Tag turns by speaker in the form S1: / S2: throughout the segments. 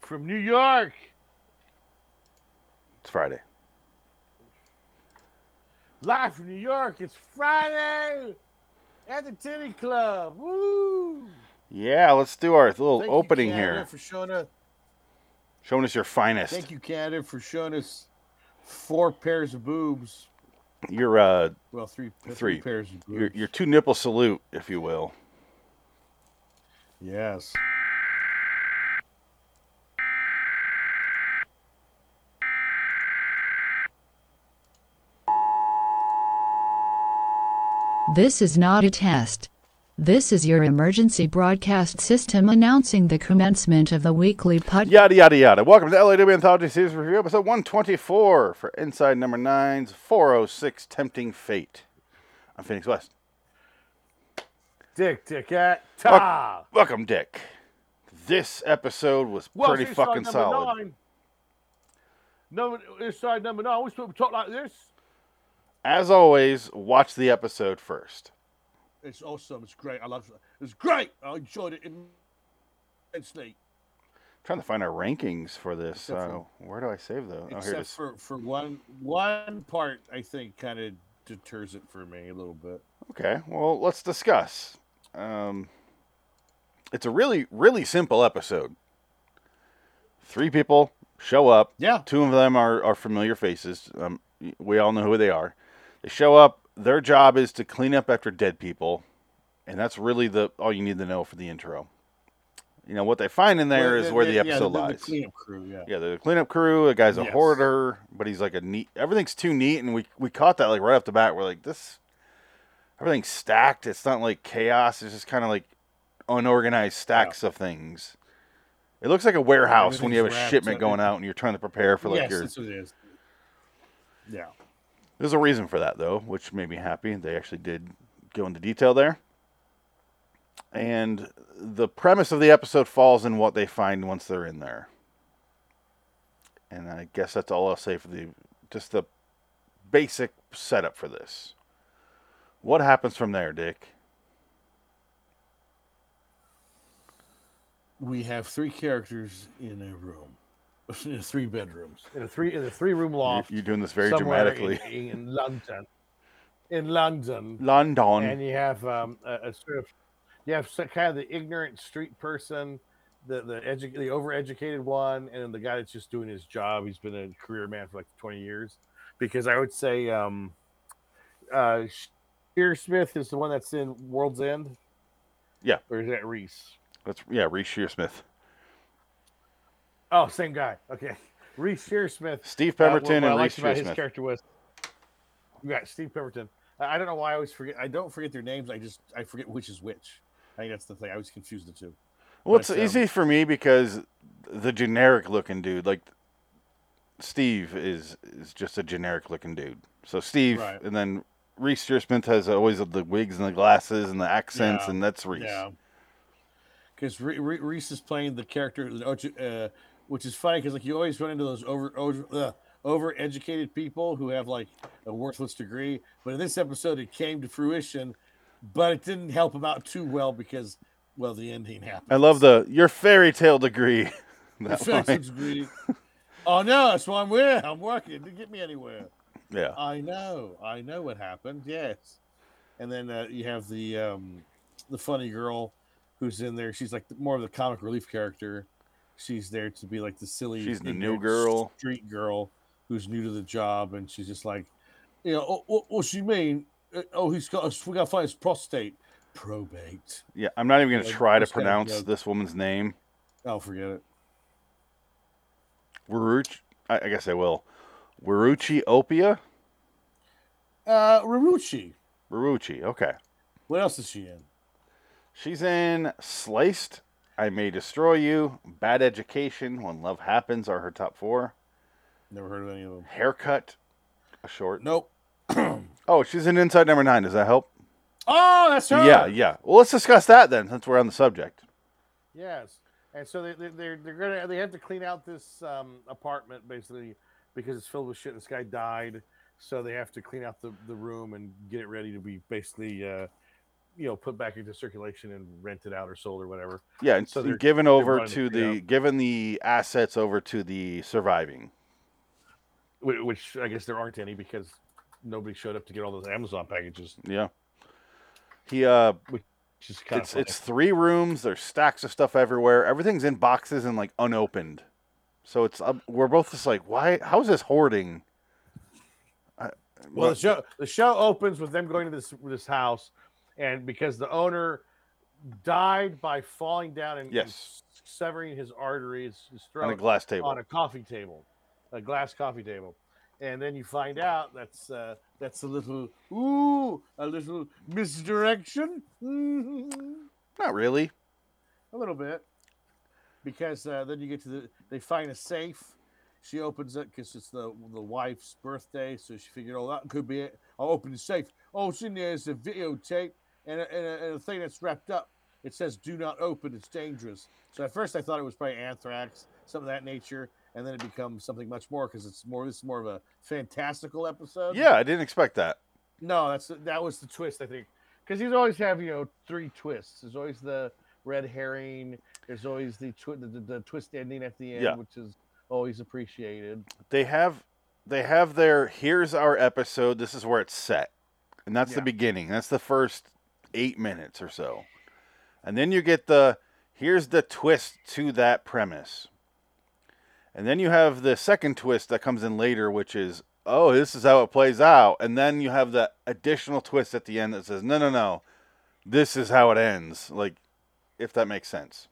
S1: from New York.
S2: It's Friday.
S1: Live from New York. It's Friday at the Titty Club. Woo!
S2: Yeah, let's do our little
S1: Thank you,
S2: opening
S1: Canada,
S2: here.
S1: For showing us.
S2: Showing us your finest.
S1: Thank you, Canada, for showing us four pairs of boobs.
S2: Your uh,
S1: Well, three, three,
S2: Three.
S1: pairs of boobs.
S2: your your two nipple salute, if you will.
S1: Yes.
S3: This is not a test. This is your emergency broadcast system announcing the commencement of the weekly podcast.
S2: Yada yada yada. Welcome to LAW Anthology Series Review, episode one twenty four for Inside Number Nine's four oh six Tempting Fate. I'm Phoenix West.
S1: Dick, dick,
S2: eh?
S1: at top.
S2: Welcome, Dick. This episode was pretty fucking solid.
S1: Nine. No, it's side number nine. We supposed to talk like this.
S2: As always, watch the episode first.
S1: It's awesome. It's great. I love it. It's great. I enjoyed it immensely.
S2: trying to find our rankings for this.
S1: Except
S2: Uh, where do I save those? Oh, here it
S1: Except
S2: is.
S1: for, for one one part, I think kind of deters it for me a little bit.
S2: Okay, well, let's discuss. Um, it's a really, really simple episode. Three people show up.
S1: Yeah.
S2: Two of them are, are familiar faces. Um, we all know who they are. They show up. Their job is to clean up after dead people, and that's really the all you need to know for the intro. You know what they find in there is where the, episode
S1: yeah,
S2: lies.
S1: The cleanup crew, yeah.
S2: Yeah, the cleanup crew. The guy's a
S1: Yes.
S2: hoarder, but he's like a neat. Everything's too neat, and we we caught that like right off the bat. We're like, this, everything's stacked. It's not like chaos. It's just kind of like unorganized stacks of things. It looks like a warehouse when you have
S1: Everything's
S2: a
S1: wrapped
S2: shipment
S1: up
S2: going
S1: in-
S2: out, and you're trying to prepare for like
S1: yes,
S2: your.
S1: that's what it is. Yeah.
S2: There's a reason for that though, which made me happy. They actually did go into detail there. And the premise of the episode falls in what they find once they're in there. And I guess that's all I'll say for the just the basic setup for this. What happens from there, Dick?
S1: We have three characters in a room, in three bedrooms.
S4: in a three in a three room
S2: You,
S4: loft.
S2: you're doing this very
S4: somewhere
S2: dramatically.
S4: in, in London, in London,
S2: London.
S4: and you have um, a, a sort of you have some, kind of the ignorant street person, the the edu- the overeducated one, and then the guy that's just doing his job. He's been a career man for like twenty years, because I would say um, uh, Shear Smith is the one that's in World's End.
S2: Yeah.
S4: or is that Reese?
S2: That's yeah, Reese Shearsmith.
S4: Oh, same guy. Okay, Reese Shearsmith
S2: Steve
S4: Uh, what-
S2: Pemberton
S4: what I
S2: and Reese
S4: liked about his
S2: Shearsmith.
S4: character was yeah, Steve Pemberton. I I don't know why I always forget.
S1: I don't forget their names. I just I forget which is which. I think that's the thing. I always confuse the two.
S2: Well, it's
S1: But, um,
S2: easy for me because the generic looking dude, like Steve, is is just a generic looking dude. So Steve,
S1: Right.
S2: and then Reese Smith has always the wigs and the glasses and the accents,
S1: Yeah,
S2: and that's Reese.
S1: Yeah. Because Re- Re- Reese is playing the character, uh, which is funny because like you always run into those over over uh, overeducated people who have like a worthless degree. But in this episode, it came to fruition, but it didn't help him out too well because well, the ending happened.
S2: I love the your fairy tale degree.
S1: The
S2: that
S1: fact
S2: line.
S1: it's greedy. Oh no, that's why I'm where I'm working. It didn't get me anywhere.
S2: Yeah,
S1: I know, I know what happened. Yes, and then uh, you have the um, the funny girl who's in there. She's like the- more of the comic relief character. She's there to be like the silly.
S2: She's the new
S1: ignorant
S2: girl.
S1: street girl who's new to the job, and she's just like, you know, oh, what, what's she mean? Uh, Oh, he's got. We gotta find his prostate. Probate.
S2: yeah. I'm not even gonna
S1: Yeah,
S2: try to
S1: those kind of
S2: pronounce
S1: jokes.
S2: this woman's name.
S1: Oh, forget it.
S2: Waruch. I, I guess I will. Waruchi Opia.
S1: Uh, Rarucci.
S2: Waruchi. Okay.
S1: What else is she in?
S2: She's in Sliced, I May Destroy You, Bad Education, When Love Happens are her top four.
S1: Never heard of any of them.
S2: Haircut, a short.
S1: Nope.
S2: Oh, she's in Inside Number Nine. Does that help?
S1: Oh, that's her.
S2: Yeah, yeah. Well, let's discuss that then, since we're on the subject.
S4: Yes, and so they, they, they're they're gonna they have to clean out this um, apartment basically because it's filled with shit. This guy died, so they have to clean out the, the room and get it ready to be basically uh, you know put back into circulation and rented out or sold or whatever.
S2: Yeah, and
S4: So
S2: so
S4: they're-
S2: given over
S4: running
S2: to
S4: it
S2: the given the assets over to the surviving.
S4: Wh- Which I guess there aren't any because nobody showed up to get all those Amazon packages.
S2: Yeah. He uh
S4: Which is kind
S2: it's
S4: of
S2: it's three rooms, there's stacks of stuff everywhere. Everything's in boxes and like unopened. So it's uh, we're both just like, "Why how is this hoarding?" I,
S4: Well, the show the show opens with them going to this this house, and because the owner died by falling down and, and
S2: Yes.
S4: severing his arteries, his throat
S2: on a glass table.
S4: on a coffee table, a glass coffee table, and then you find out that's uh,
S1: That's a little ooh, a little misdirection. Mhm.
S2: Not really.
S1: a little bit, because uh, then you get to the. They find a safe. She opens it because it's the the wife's birthday, so she figured, oh, that could be it. I'll open the safe. Oh, it's in there. It's a videotape and a, and, a, and a thing that's wrapped up. It says, "Do not open. It's dangerous." So at first, I thought it was probably anthrax, something of that nature, and then it becomes something much more because it's more. This is more of a fantastical episode.
S2: Yeah, I didn't expect that.
S1: No, that's that was the twist. I think
S4: because he's always have you know three twists. There's always the red herring. There's always the twi- the, the, the twist ending at the end,
S2: Yeah.
S4: which is always appreciated.
S2: They have they have their here's our episode. This is where it's set. And that's the
S4: Yeah.
S2: beginning. That's the first 8 minutes or so. And then you get the here's the twist to that premise. And then you have the second twist that comes in later which is oh, this is how it plays out. And then you have the additional twist at the end that says no, no, no. This is how it ends. Like if that makes sense.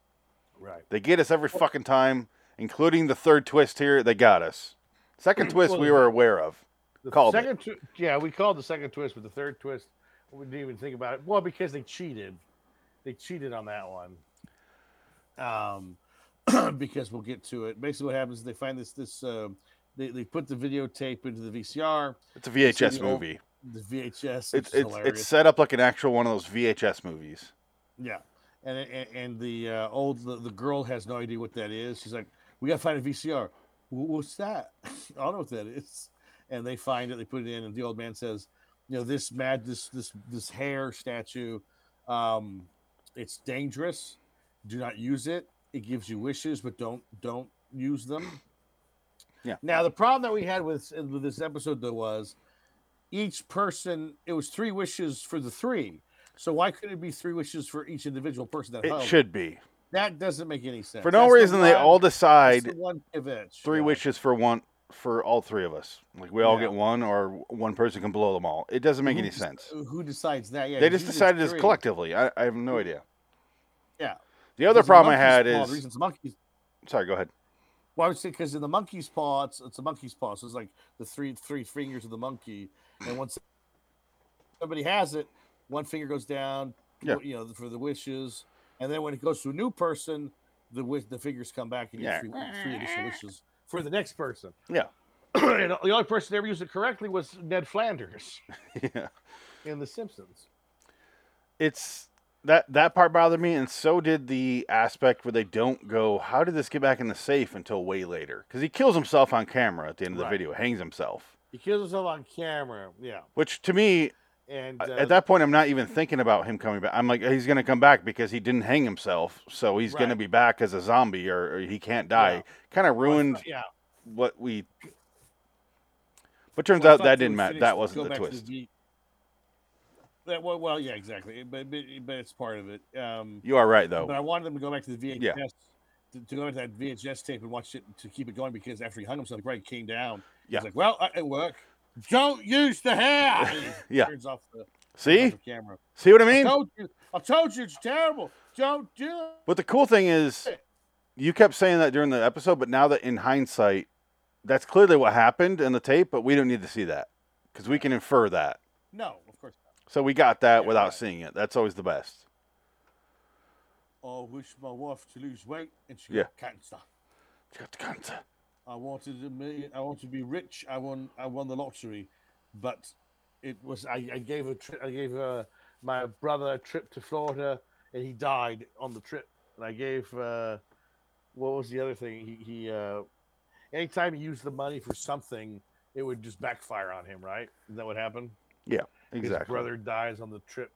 S4: Right.
S2: They get us every fucking time, including the third twist here. They got us. Second twist we were aware of.
S4: The
S2: Called it.
S4: second, twi- yeah, we called the second twist, but the third twist we didn't even think about it. Well, because they cheated, they cheated on that one.
S1: um, because we'll get to it. Basically, what happens is they find this this um, they they put the videotape into the VCR,
S2: It's a VHS
S1: you know,
S2: movie.
S1: the VHS.
S2: It's
S1: It's
S2: it's,
S1: hilarious.
S2: it's set up like an actual one of those VHS movies.
S1: yeah, and and, and the uh, old the, the girl has no idea what that is. She's like, "We gotta find a VCR. "Wh- What's that? I don't know what that is." And they find it. They put it in, and the old man says, "You know this mad this this this hair statue." um, it's dangerous do not use it it gives you wishes but don't don't use them
S2: Yeah.
S1: now the problem that we had with, with this episode though was each person it was three wishes for the three so why could it be three wishes for each individual person that
S2: It
S1: held?
S2: should be.
S1: that doesn't make any sense
S2: For no
S1: Oh. That's the
S2: reason they
S1: one-
S2: all
S1: that's
S2: decide
S1: the one advantage.
S2: three
S1: Yeah.
S2: wishes for one for all three of us. Like we all
S1: Yeah.
S2: get one or one person can blow them all. It doesn't make
S1: Who
S2: any
S1: dec-
S2: sense.
S1: who decides that yeah
S2: They
S1: 'cause
S2: just
S1: usually it's
S2: decided this
S1: three.
S2: collectively. I, I have no idea.
S1: Yeah.
S2: The other
S1: Because in
S2: problem I
S1: Monkey's
S2: had
S1: Paw,
S2: is
S1: the reason it's monkeys
S2: sorry, go ahead.
S1: Well, I would say because in the monkey's paw, it's, it's a monkey's paw, so it's like the three three fingers of the monkey, and once somebody has it, one finger goes down,
S2: Yeah.
S1: you know, for the wishes, and then when it goes to a new person, the wish the fingers come back and you
S2: Yeah.
S1: get three, three additional wishes.
S4: for the next person.
S2: Yeah.
S4: and the only person that ever used it correctly was Ned Flanders
S2: yeah.
S4: in The Simpsons.
S2: it's that that part bothered me, and so did the aspect where they don't go. How did this get back in the safe until way later? Because he kills himself on camera at the end of the
S4: Right.
S2: video, hangs himself.
S4: He kills himself on camera. Yeah.
S2: Which to me,
S4: And
S2: a-
S4: uh,
S2: at that point, I'm not even thinking about him coming back. I'm like, he's gonna come back because he didn't hang himself, so he's gonna
S4: Right.
S2: be back as a zombie, or, or he can't die. Kind of ruined
S4: yeah,
S2: what we. But turns
S1: Well, I
S2: out
S1: thought
S2: that
S1: they
S2: didn't
S1: would
S2: matter.
S1: finish
S2: That
S1: to go
S2: wasn't the
S1: back to
S2: twist.
S1: V- That well, well, yeah, exactly, It- but, but but it's part of it. Um,
S2: You are right
S1: But
S2: though.
S1: I wanted them to go back to the VHS
S2: Oh. Yeah.
S1: to, to go to that VHS tape and watch it to keep it going because after he hung himself, he probably came down.
S2: Yeah.
S1: He's like, well, I, it worked. Don't use the hair. And he
S2: Yeah.
S1: Turns off the, turns
S2: See,
S1: off the camera.
S2: see what I
S1: I
S2: mean?
S1: told you. I told you it's terrible. Don't do it.
S2: But the cool thing is,
S1: Shit.
S2: you kept saying that during the episode, but now that in hindsight, that's clearly what happened in the tape, but we don't need to see that because we can infer that.
S1: No, of course not.
S2: So we got that
S1: Yeah,
S2: without
S1: right.
S2: seeing it. That's always the best.
S1: I wish my wife to lose weight and she
S2: Yeah.
S1: got cancer.
S2: Cancer.
S1: I wanted a million. I wanted to be rich. I won. I won the lottery, but
S4: it was. I, I gave a tri- I gave uh, my brother a trip to Florida, and he died on the trip. And I gave uh, what was the other thing? He, he uh, anytime he used the money for something, it would just backfire on him. Right? Is that what happened?
S2: Exactly.
S4: His brother dies on the trip,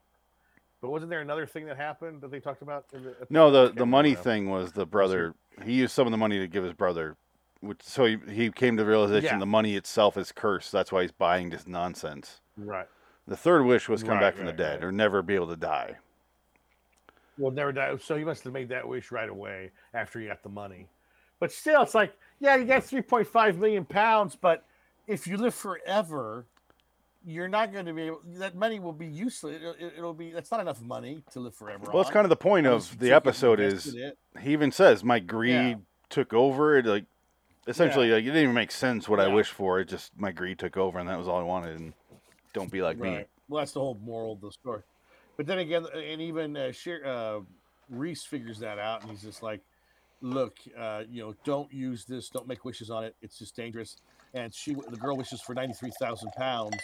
S4: But wasn't there another thing that happened that they talked about? In the, at
S2: No,
S4: I
S2: the
S4: can't
S2: the
S4: remember
S2: money
S4: now.
S2: thing was the brother. He used some of the money to give his brother, which so he, he came to the realization
S4: Yeah.
S2: the money itself is cursed. That's why he's buying this nonsense.
S4: Right.
S2: The third wish was come
S4: Right,
S2: back from
S4: right,
S2: the dead
S4: right.
S2: or never be able to die.
S4: Well, never die. So he must have made that wish right away after he got the money. But still, it's like, yeah, you got 3.5 million pounds, but
S1: If you live forever, you're not going to be able. That money will be useless. It'll, it- it'll be that's not enough money to live forever.
S2: Well, it's kind of the point of the episode is he even says my greed took over. It like essentially like it didn't even make sense what I
S4: Yeah.
S2: wished for. It just my greed took over and that was all I wanted. And don't be like me.
S1: Right. Well, that's the whole moral of the story. But then again, and even uh, Sher- uh, Reese figures that out, and he's just like, "Look, uh, you know, don't use this. Don't make wishes on it. It's just dangerous." And she, the girl, wishes for ninety three thousand pounds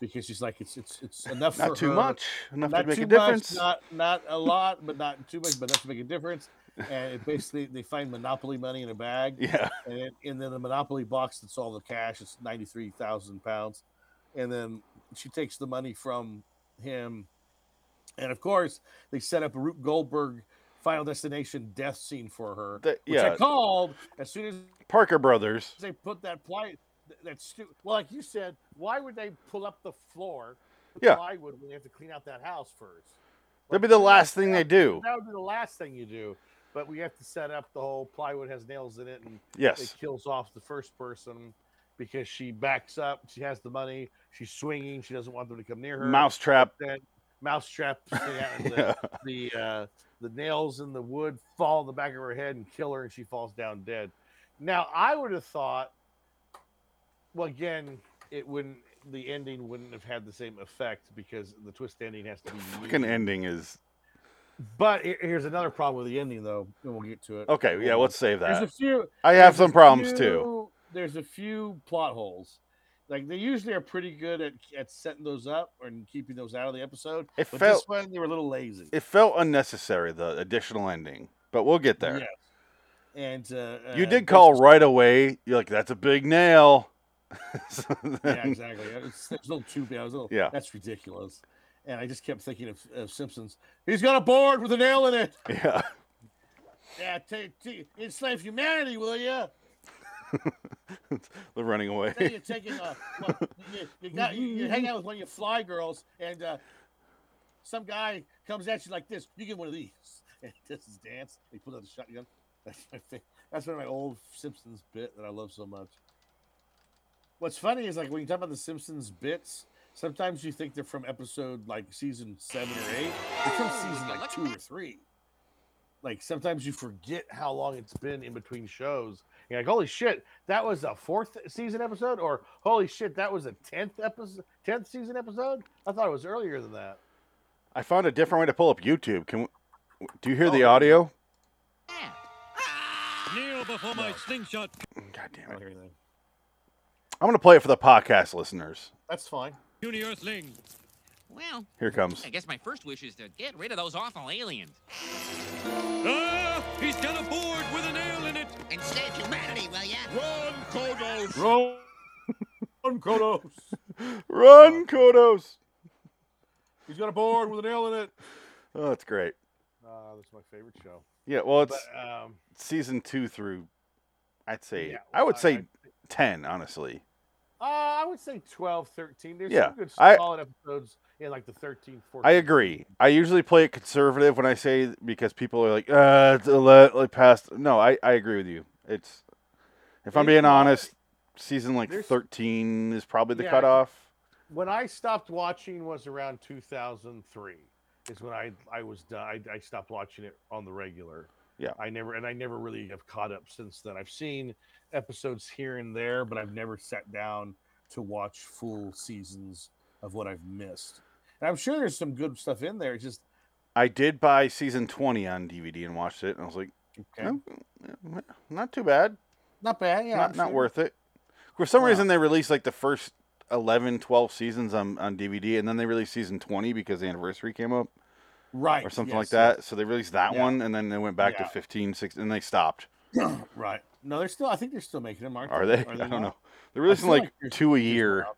S1: because she's like, "It's it's it's enough
S2: Not
S1: for
S2: too
S1: her.
S2: much enough
S1: not
S2: to make
S1: too
S2: a difference.
S1: much, not not a lot, but not too much, but enough to make a difference." And it basically, they find monopoly money in a bag,
S2: yeah,
S1: and, then- and then the monopoly box that's all the cash it's 93000 pounds and then she takes the money from him and of course they set up a rube goldberg final destination death scene for her
S2: That-
S1: which i
S2: yeah.
S1: called as soon as
S2: Parker Brothers.
S1: they put that ply th- that stu- well like you said
S4: why would they pull up the floor with
S2: Yeah.
S4: plywood when they have to clean out that house first?
S2: That'd be
S4: Like,
S2: the
S4: yeah,
S2: last thing
S4: yeah,
S2: they do.
S4: That would be the last thing you do. But we have to set up the whole plywood has nails in it and
S2: Yes.
S4: it kills off the first person because she backs up. She has the money. She's swinging. She doesn't want them to come near her.
S2: Mousetrap.
S4: Then mousetrap.
S2: Yeah.
S4: The, the, uh, the nails in the wood fall in the back of her head and kill her, and she falls down dead. Now, I would have thought, well, again, it wouldn't. The ending wouldn't have had the same effect because the twist ending has to be.
S2: Fucking
S4: unique.
S2: ending is
S4: But here- here's another
S1: problem
S4: problem.
S1: with the ending though and we'll get to it
S2: okay. Yeah, let's save
S1: there's a
S2: that.
S1: few
S2: I have
S1: there's a
S2: some problems too.
S1: few- There's a few plot holes. Like they usually are pretty good at, at setting those up and keeping those out of the episode.
S2: It
S1: But
S2: felt
S1: this one they were a little lazy.
S2: it felt unnecessary the additional ending, but we'll get there.
S1: Yes. And uh,
S2: You
S1: uh,
S2: did call
S1: this-
S2: right away. You're like, that's a big nail. So
S1: Yeah,
S2: then-
S1: exactly. It's, it's a little too bad. It was a little,
S2: Yeah.
S1: that's ridiculous. And I just kept thinking of, of Simpsons. He's got a board with a nail in it.
S2: yeah.
S1: Yeah, t- t- enslave humanity, will you?
S2: They're running away.
S1: Say you're taking uh, well, you, you got you, you hang out with one of your fly girls, and uh, some guy comes at you like this. You get one of these. And this is dance. He pulls out the shotgun. That's my thing. That's one of my old Simpsons bit that I love so much. What's funny is like when you talk about the Simpsons bits, sometimes you think they're from episode like season seven or eight. They're from season like two or three.
S4: Like sometimes you forget how long it's been in between shows. You're like, holy shit, that was a fourth season episode, or holy shit, that was a tenth episode, tenth season episode. I thought it was earlier than that.
S2: I found a different way to pull up YouTube. Can we, do you hear the
S4: Oh.
S2: audio?
S5: Ah!
S6: Kneel before my slingshot.
S2: God damn
S1: I don't
S2: it!
S1: hear anything.
S2: I'm gonna play it for the podcast listeners.
S4: That's fine.
S6: Puny Earthling.
S5: Well,
S2: Here it comes.
S5: I guess my first wish is to get rid of those awful aliens.
S6: Ah! He's got a board with a nail in it.
S5: And save humanity, will ya?
S6: Run, Kodos.
S1: Roll, Kronos.
S2: Run, Kodos.
S1: He's got a board with a nail in it.
S2: Oh, that's great.
S4: Uh, that's my favorite show.
S2: Yeah. Well, it's
S4: But um,
S2: season two through. I'd say
S4: Yeah,
S2: I would
S4: I-
S2: say
S4: I-
S2: ten, honestly.
S4: uh, I would say 12, 13. There's
S2: Yeah,
S4: some good
S2: I-
S4: solid episodes in like the 13, 14.
S2: I agree. I usually play it conservative when I say because people are like, uh, it's a le- like past. No, I, I agree with you. It's if I'm
S4: There's
S2: being
S4: a lot-
S2: honest, season like
S4: there's-
S2: thirteen is probably the
S4: Yeah, I-
S2: cutoff.
S4: When I stopped watching was around 2003 is when I, I was done. I, I stopped watching it on the regular.
S2: Yeah.
S4: I never, and I never really have caught up since then. I've seen episodes here and there, but I've never sat down
S1: to watch full seasons of what I've missed. And I'm sure there's some good stuff in there. It's just
S2: I did buy season twenty on DVD and watched it, and I was like,
S1: okay.
S2: "Eh, not too bad,
S1: not bad. Yeah,
S2: not
S1: I'm
S2: not
S1: sure.
S2: worth it. For some
S1: Wow.
S2: reason, they released like the first 11, 12 seasons on on DVD, and then they released season twenty because the anniversary came up.
S1: right
S2: or something like
S1: yes,
S2: that. So they released that
S1: Yeah.
S2: one, and then they went back
S1: Yeah.
S2: to 15, 16, and they stopped.
S1: yes. right. No, they're still. I think they're still making them. Aren't
S2: Are they? I don't know. They're releasing
S1: feel like
S2: like
S1: there's
S2: two a
S1: seasons
S2: year.
S1: out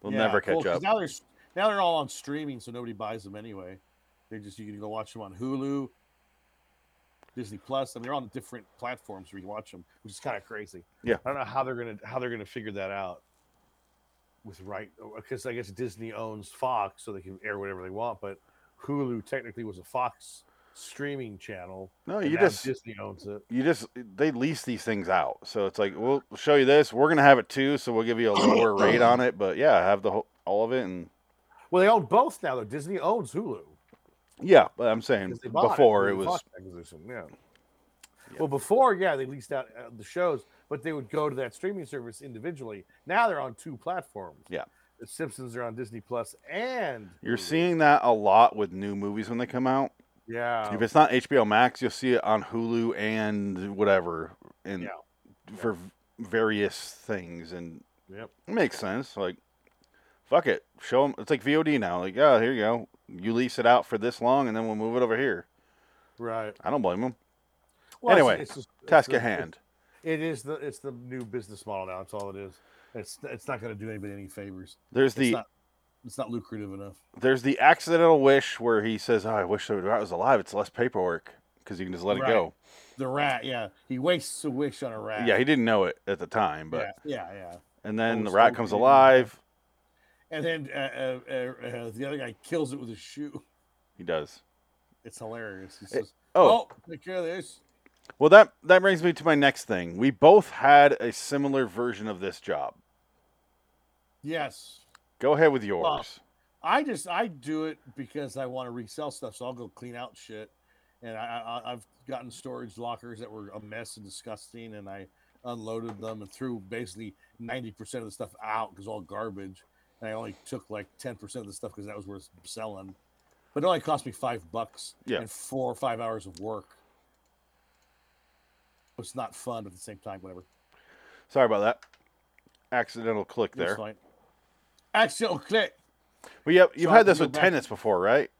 S2: They'll never catch up.
S1: Now they're now they're all on streaming, so nobody buys them anyway. They just you can go watch them on Hulu, Disney Plus. I mean, they're on different platforms where you watch them, which is kind of crazy.
S2: Yeah.
S4: I don't know how they're gonna how they're gonna figure that out with right because I guess Disney owns Fox, so they can air whatever they want. But Hulu technically was a Fox streaming channel.
S2: No,
S4: and
S2: you
S4: now
S2: just
S4: Disney owns it.
S2: you just they lease these things out. So it's like we'll show you this. We're gonna have it too, so we'll give you a lower rate on it. But yeah, have the whole all of it and
S4: Well, they own both now though. Disney owns Hulu.
S2: yeah. But I'm saying
S4: because they bought
S2: before
S4: through
S2: it
S4: the
S2: was
S4: Fox acquisition. Yeah. Well, before, yeah, they leased out uh, the shows, but they would go to that streaming service individually. Now they're on two platforms.
S2: Yeah.
S4: The Simpsons are on Disney Plus and
S2: you're
S4: Hulu.
S2: seeing that a lot with new movies when they come out.
S4: Yeah.
S2: If it's not HBO Max, you'll see it on Hulu and whatever, and
S4: Yeah.
S2: for v- various things, and
S4: Yep.
S2: it makes sense. Like, fuck it, show them. It's like VOD now. Like, yeah, here you go. You lease it out for this long, and then we'll move it over here.
S4: Right.
S2: I don't blame them.
S4: Well, it's-
S2: Anyway,
S4: it's just- it's
S2: Task
S4: the-
S2: at hand.
S4: It is the it's the new business model now. That's all it is.
S1: It's it's not going to do anybody any favors.
S2: There's
S1: It's
S2: the
S1: not it's not lucrative enough.
S2: there's the accidental wish where he says, oh, "I wish that I was alive. It's less paperwork because you can just let
S1: Right.
S2: it go."
S1: The rat, yeah, he wastes a wish on a rat.
S2: Yeah, he didn't know it at the time, but
S1: yeah, yeah, yeah.
S2: and then the
S1: Always
S2: rat
S1: hope
S2: comes
S1: you-
S2: alive.
S1: And then uh, uh, uh, uh, the other guy kills it with his shoe.
S2: He does.
S1: It's hilarious. He
S2: Hey,
S1: says,
S2: Oh,
S1: oh, take care of this.
S2: Well, that that brings me to my next thing. We both had a similar version of this job.
S1: Yes,
S2: Go ahead with yours.
S1: I just I do it because I want to resell stuff, so I'll go clean out shit. And I, I I've gotten storage lockers that were a mess and disgusting, and I unloaded them and threw basically ninety percent of the stuff out because all garbage. And I only took like ten percent of the stuff because that was worth selling, but it only cost me five bucks
S2: Yeah.
S1: and four or five hours of work. It's not fun, but at the same time, whatever.
S2: Sorry about that accidental click
S1: It's
S2: there.
S1: fine. Accidental click,
S2: But yeah, you've
S1: So I
S2: had
S1: can
S2: this
S1: go
S2: with
S1: back-
S2: tenants before, right?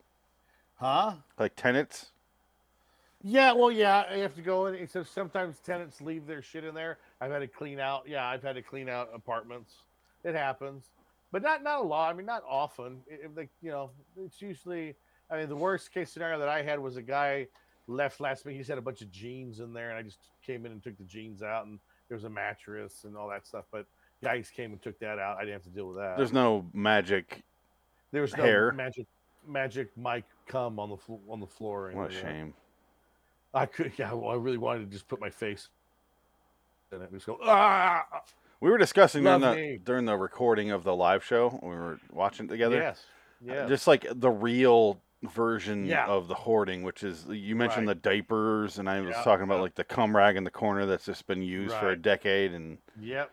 S1: huh?
S2: Like tenants.
S4: Yeah, well, yeah, you have to go in. Except sometimes tenants leave their shit in there. I've had to clean out. Yeah, I've had to clean out apartments. It happens, but not not a lot. I mean, not often. It, it- like you know, it's usually. I mean, the worst case scenario that I had was a guy left last week. He just had a bunch of jeans in there, and I just came in and took the jeans out, and there was a mattress and all that stuff. But guys came and took that out. I didn't have to deal
S1: Uh,
S4: with that.
S2: There's no magic.
S4: there was no
S2: hair.
S4: magic magic mic cum on the flo- on the floor. or
S2: What a
S4: anything like that.
S2: shame.
S4: I could, yeah. Well, I really wanted to just put my face in it. Just go, ah,
S2: We were discussing during
S4: Love
S2: the
S4: me.
S2: during the recording of the live show. when We were watching it together. Uh,
S4: yes, yes.
S2: Just like the real version
S4: Yeah.
S2: of the hoarding, which is you mentioned
S4: Right.
S2: the diapers, and I was
S4: Yeah,
S2: talking about
S4: yeah.
S2: like the cum rag in the corner that's just been used for a
S4: Right.
S2: decade, and
S4: yep.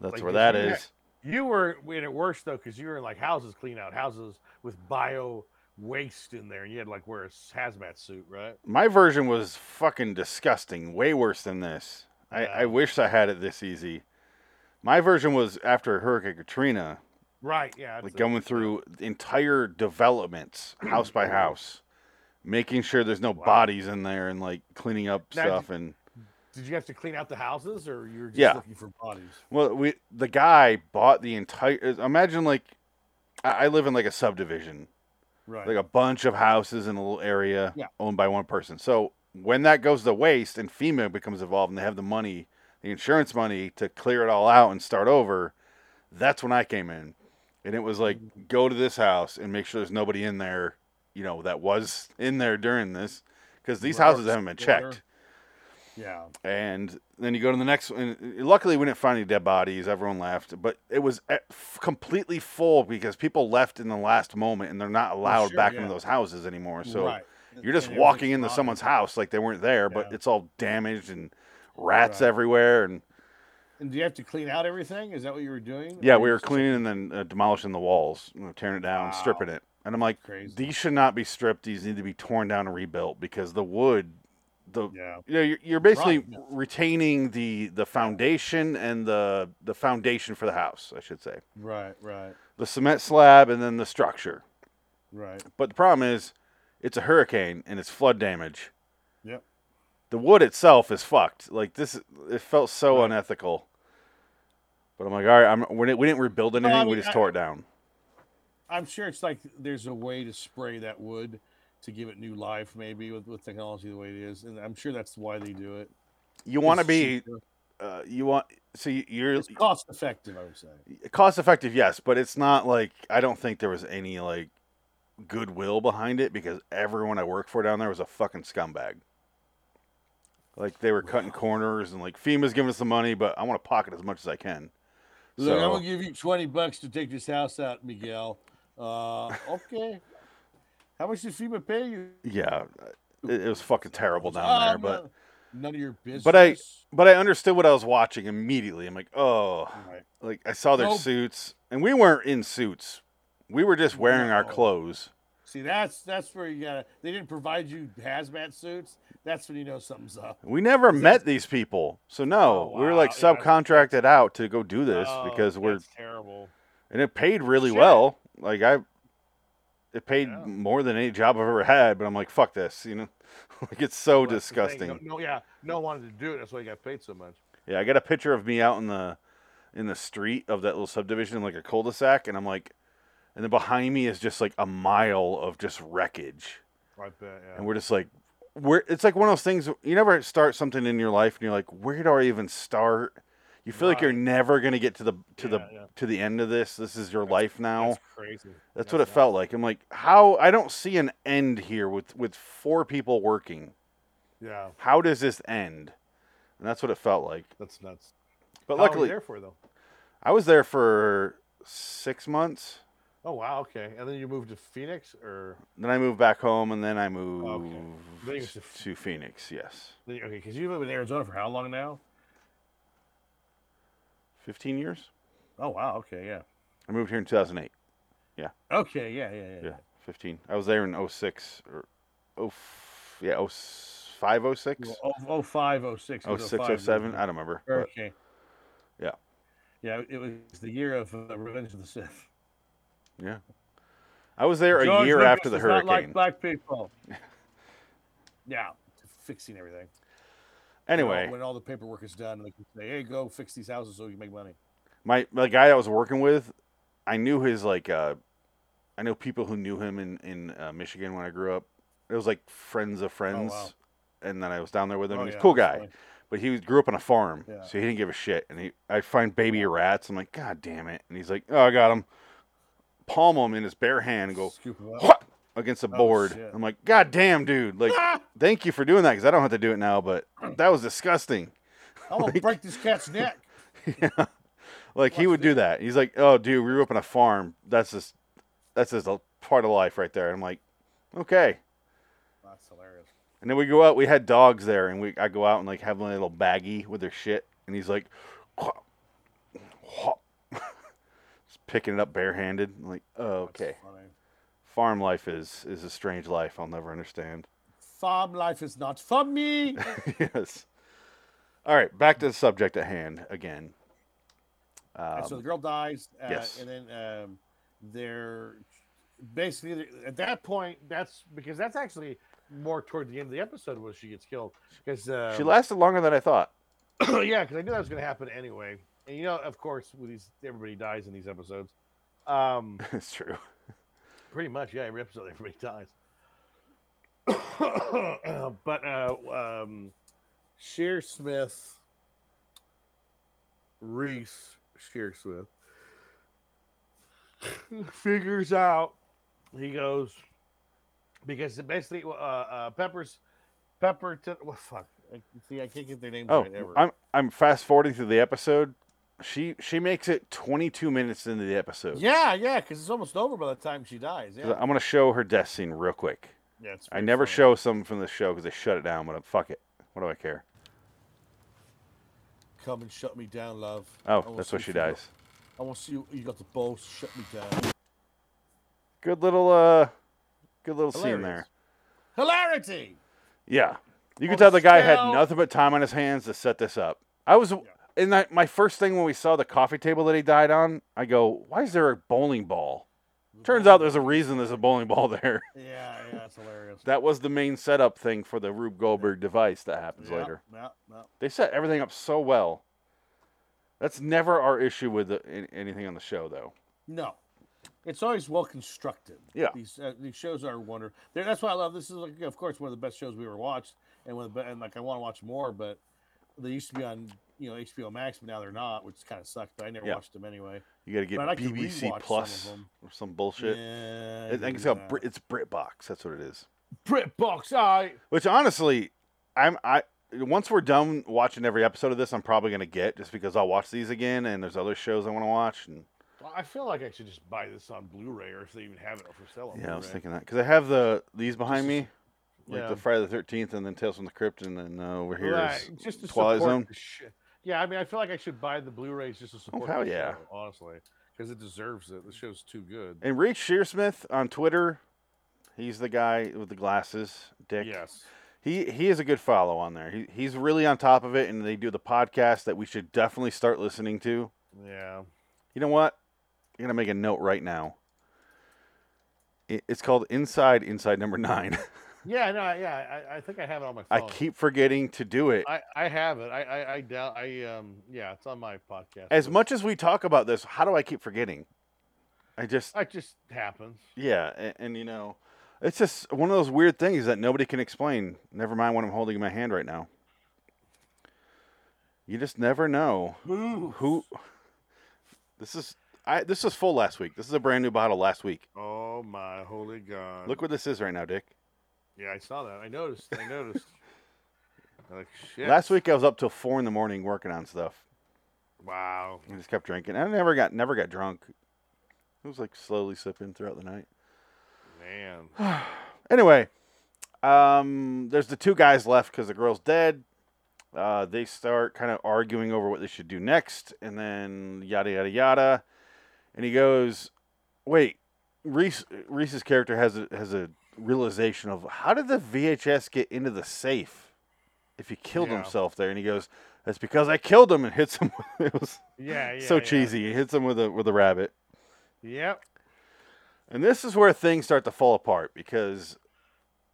S2: that's
S4: Like
S2: where
S4: this
S2: that
S4: and that.
S2: is.
S4: You were in it worse though, because you were in like houses, clean out houses with bio waste in there, and you had to, like wear a s- hazmat suit, right?
S2: My version was fucking disgusting, way worse than this. I, I
S4: Yeah.
S2: wish I had it this easy. My version was after Hurricane Katrina,
S4: Right. Yeah.
S2: like
S4: that's it.
S2: going through entire developments, house by house, making sure there's no
S4: Mm-hmm. Wow.
S2: bodies in there and like cleaning up
S4: Now,
S2: stuff. And
S4: Did you have to clean out the houses, or you were just
S2: Yeah.
S4: looking for bodies?
S2: well, we the guy bought the entire. Imagine like I, I live in like a subdivision,
S1: Right.
S2: like a bunch of houses in a little area
S1: Yeah.
S2: owned by one person. So when that goes to waste and FEMA becomes involved and they have the money, the insurance money to clear it all out and start over, that's when I came in. And it was like,
S1: Mm-hmm.
S2: go to this house and make sure there's nobody in there, you know, that was in there during this. Because these
S1: Right.
S2: houses haven't been
S1: Yeah, they're-
S2: checked.
S1: yeah.
S2: And then you go to the next one. Luckily, we didn't find any dead bodies. Everyone left, but it was eh, f- completely full because people left in the last moment, and they're not allowed
S1: sure,
S2: back
S1: yeah.
S2: into those houses anymore. So
S1: right.
S2: you're just
S1: And everything's
S2: walking into
S1: gone.
S2: someone's house like they weren't there, but
S1: Yeah.
S2: it's all damaged and rats
S1: Right.
S2: everywhere. And
S1: And do you have to clean out everything? Is that what you were doing?
S2: yeah,
S1: Or
S2: we
S1: you
S2: were
S1: just-
S2: cleaning and then uh, demolishing the walls, you know, tearing it down, stripping it. And I'm like,
S1: Crazy.
S2: these should not be stripped. These need to be torn down and rebuilt because the wood, the
S1: Yeah.
S2: you know, you're, you're basically
S1: yeah.
S2: retaining the the foundation and the the foundation for the house, I should say,
S1: Right. Right.
S2: the cement slab and then the structure.
S1: Right.
S2: But the problem is, it's a hurricane and it's flood damage.
S1: Yep.
S2: The wood itself is fucked. Like this, it felt so unethical. But I'm like, all right, I'm, we didn't we didn't rebuild anything. we
S1: mean,
S2: just
S1: I-
S2: tore it down.
S1: I'm sure it's like there's a way to spray that wood to give it new life, maybe with, with technology the way it is. And I'm sure that's why they do it.
S2: You want to
S1: It's
S2: be,
S1: cheaper.
S2: uh, you want, so you- you're
S1: It's cost effective, I would say.
S2: cost effective, yes, but it's not like I don't think there was any like goodwill behind it because everyone I worked for down there was a fucking scumbag. Like they were cutting corners and like FEMA's giving us the money, but I want to pocket as much as I can.
S1: Look, I'm
S2: So-
S1: gonna give you 20 bucks to take this house out, Miguel. Uh, okay. How much did FEMA pay you?
S2: Yeah, it, it was fucking terrible
S1: "Oh,
S2: down there, but
S1: no- none of your business.
S2: but I- but I understood what I was watching immediately. I'm like, oh,
S1: Right.
S2: like I saw their
S1: Nope.
S2: suits, and we weren't in suits. We were just wearing our
S1: No.
S2: clothes.
S1: see that's that's where you gotta. They didn't provide you hazmat suits. That's when you know something's up.
S2: We never met these people, so no,
S4: Oh,
S2: we were like
S4: wow, yeah.
S2: subcontracted out to go do this
S4: Oh,
S2: because we're
S4: that's terrible.
S2: and it paid really
S4: Shit.
S2: well. Like I, it paid
S4: Yeah.
S2: more than any job I've ever had. But I'm like, fuck this, you know. Like it's so
S4: Well, that's the thing.
S2: disgusting.
S4: No, no, yeah, no one wanted to do it. That's why he got paid so much.
S2: Yeah, I got a picture of me out in the in the street of that little subdivision, like a cul-de-sac, and I'm like, and then behind me is just like a mile of just wreckage,
S4: I bet.
S2: and
S4: Yeah.
S2: we're just like, where it's like one of those things. You never start something in your life, and you're like, where do I even start? You feel like you're
S4: Right.
S2: never gonna get to the to the
S4: Yeah, yeah.
S2: to the end of this. This is your life now.
S4: That's crazy.
S2: That's what it felt like. I'm like, how? I don't see an end here with with four people working.
S4: Yeah,
S2: How does this end? And that's what it felt like.
S4: that's nuts.
S2: But
S4: How long were you
S2: luckily,
S4: there for though.
S2: I was there for six months.
S4: Oh wow, okay. And then you moved to Phoenix, or
S2: Then I moved back home, and then I moved
S4: Then you went to Ph-
S2: to Phoenix. Yes,
S4: okay, because you
S1: I've
S4: live
S1: been in
S4: in
S1: Arizona for how long now?
S2: fifteen years.
S1: Oh wow. Okay. Yeah.
S2: I moved here in 2008.
S1: Okay. Yeah. Yeah. Yeah.
S2: Yeah, 15. I was there in 06 or oh, f- yeah, oh, s- 05, 06,
S1: Well, oh- oh five, oh six, it was
S2: 06,
S1: oh five,
S2: 07. I don't remember. but-
S1: Hurricane.
S2: Yeah.
S1: Yeah. It was the year of uh, Revenge of the Sith.
S2: yeah, I was there a
S1: George
S2: year
S1: Lucas
S2: after the
S1: does not
S2: hurricane.
S1: like black people. yeah, fixing everything. You know,
S2: anyway,
S1: when all the paperwork is done, they can say, "Hey, go fix these houses so you make money."
S2: my the guy I was working with, I knew his like uh, I know people who knew him in in uh, Michigan when I grew up. It was like friends of friends, and then I was down there with him.
S1: Oh,
S2: He's
S1: yeah,
S2: a cool
S1: that's
S2: guy,
S1: funny.
S2: but he was, grew up on a farm,
S1: Yeah.
S2: so he didn't give a shit. And he, I find baby rats. I'm like, God damn it! And he's like, Oh, I got him. Palm him in his bare hand and go
S1: Scoop 'em up.
S2: what against a board.
S1: Oh. shit. Ah.
S2: I'm like, God damn, dude! Like, thank you for doing that because I don't have to do it now, but that was disgusting.
S1: I'm gonna break this cat's neck.
S2: Like he
S1: Watch
S2: would do that. He's like, "Oh, dude, we grew up on a farm. That's just that's just a part of life right there." And I'm like, "Okay."
S1: That's hilarious.
S2: And then we go out. We had dogs there, and we I go out and like have a little baggie with their shit, and he's like, "Quack, quack." just picking it up barehanded. I'm like, oh,
S1: That's
S2: "Okay,
S1: funny.
S2: farm life is is a strange life. I'll never understand."
S1: Farm life is not for me.
S2: yes. All right, back to the subject at hand again.
S1: And so
S2: Um,
S1: the girl dies, uh,
S2: yes.
S1: and then um, they're basically they're- at that
S4: that point. That's because that's actually more toward the end of the episode when she gets killed. Because uh,
S2: she
S1: um,
S2: lasted longer than I thought.
S4: yeah, because I knew that was going to happen anyway. And you know, of course, with these everybody dies in these episodes. Um,
S2: it's true.
S4: pretty much, yeah, every episode everybody dies. but uh, um, Shear Smith, Reese Shear Smith, figures out he goes because basically uh, uh, Pepper's Pepper. T- well, fuck.
S1: I, see, I can't get their names
S2: Oh,
S1: right ever.
S2: I'm I'm fast forwarding through the episode. She she makes it 22 minutes into the episode.
S1: yeah, yeah, because it's almost over by the time she dies.
S2: 'Cause
S1: Yeah,
S2: I'm gonna show her death scene real quick.
S1: yeah it's
S2: I
S1: pretty
S2: never
S1: funny.
S2: show some from the show because they shut it down. But I'm- fuck it. What do I care?
S1: Come and shut me down, love. I
S2: Oh,
S1: wanna
S2: that's
S1: see
S2: what
S1: if
S2: she
S1: you got-
S2: dies.
S1: I want to see you, you got the balls. to Shut me down.
S2: Good little uh, good little scene there.
S1: Hilarious. Hilarity.
S2: Yeah, you
S1: On
S2: could tell
S1: the
S2: the guy had
S1: scale-
S2: nothing but time on his hands to set this up. I was in that my first thing when we saw the coffee table that he died on. I go, why is there a bowling ball? Turns out there's a reason there's a bowling ball there.
S1: Yeah, yeah, that's hilarious.
S2: That was the main setup thing for the Rube Goldberg device that happens
S1: Yeah,
S2: later.
S1: Yeah, yeah.
S2: They set everything up so well. That's never our issue with the, an- anything on the show, though.
S1: No. it's always well constructed.
S2: Yeah.
S1: these uh, these shows are wonderful. That's why I love this. Is like, of course one of the best shows we ever watched, and one of the be- and like I want to watch more, but they used to be on you know HBO Max, but now they're not, which kind of sucks. But I never
S2: Yeah.
S1: watched them anyway.
S2: You got to get
S1: But I could rewatch
S2: BBC
S1: some
S2: Plus
S1: of 'em.
S2: or some bullshit.
S1: Yeah,
S2: I think it's
S1: do
S2: called Brit, it's BritBox. That's what it is.
S4: Brit box. All right.
S2: Which honestly, I'm I once we're done watching every episode of this, I'm probably gonna get just because I'll watch these again and there's other shows I want to watch and
S4: Well, I feel like I should just buy this on Blu-ray, or if they even have it for sale. On
S2: yeah, I was
S4: Blu-ray.
S2: thinking that because I have the these behind me, like
S4: yeah.
S2: the Friday the Thirteenth and then Tales from the Crypt and then uh, over here is
S4: Right, just to
S2: Twilight
S4: support
S2: Zone.
S4: the shi- yeah, I mean, I feel like I should buy the Blu-rays just to support.
S2: Oh, hell
S4: the
S2: yeah.
S4: show, honestly, because it deserves it. The show's too good.
S2: and Reed Shearsmith on Twitter. He's the guy with the glasses, Dick.
S4: Yes.
S2: He he is a good follow on there. He, he's really on top of it, and they do the podcast that we should definitely start listening to.
S4: Yeah.
S2: You know what? I'm gonna make a note right now. It, it's called Inside Inside Number Nine.
S4: Yeah. No. I- Yeah. I, I think I have it on my phone.
S2: I keep forgetting to do it.
S4: I, I have it. I, I I doubt. I um. Yeah, it's on my podcast.
S2: As
S4: list.
S2: much as we talk about this, how do I keep forgetting? I just
S4: That just happens.
S2: yeah, and, and you know, it's just one of those weird things that nobody can explain. Never mind what I'm holding in my hand right now. You just never know who. This is I. This was full last week. This is a brand new bottle last week.
S4: Oh my holy God!
S2: Look what this is right now, Dick.
S4: Yeah, I saw that. I noticed. I noticed. I'm like shit.
S2: Last week I was up till four in the morning working on stuff.
S4: Wow.
S2: I just kept drinking. I never got never got drunk. It was like slowly sipping throughout the night.
S4: Man.
S2: Anyway, um, there's the two guys left because the girl's dead. Uh, they start kind of arguing over what they should do next, and then yada yada yada. And he goes, "Wait, Reese Reese's character has a has a realization of how did the VHS get into the safe if he killed
S4: Yeah.
S2: himself there?" And he goes, "That's because I killed him and hits him." with-" it was
S4: Yeah. yeah
S2: so
S4: yeah.
S2: cheesy. He hits him with a with a rabbit.
S4: Yep.
S2: And this is where things start to fall apart because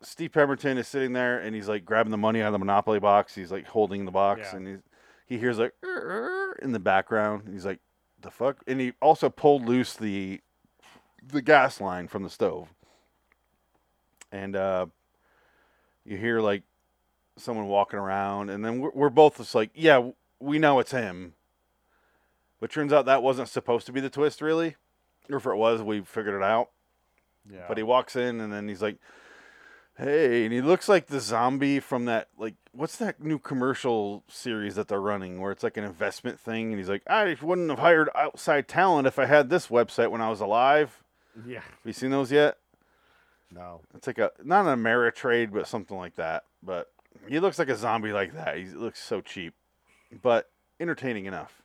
S2: Steve Pemberton is sitting there and he's like grabbing the money out of the Monopoly box. He's like holding the box
S4: Yeah.
S2: and he's, he hears like "Er," in the background. And he's like, the fuck? And he also pulled loose the the gas line from the stove. And uh, you hear like someone walking around. And then we're, we're both just like, yeah, we know it's him. But turns out that wasn't supposed to be the twist, really. Or if it was, we figured it out.
S4: Yeah.
S2: But he walks in and then he's like, "Hey!" And he looks like the zombie from that like what's that new commercial series that they're running where it's like an investment thing. And he's like, "I wouldn't have hired outside talent if I had this website when I was alive."
S4: Yeah.
S2: Have you seen those yet?
S4: No.
S2: It's like a not an Ameritrade, but something like that. But he looks like a zombie like that. He looks so cheap, but entertaining enough.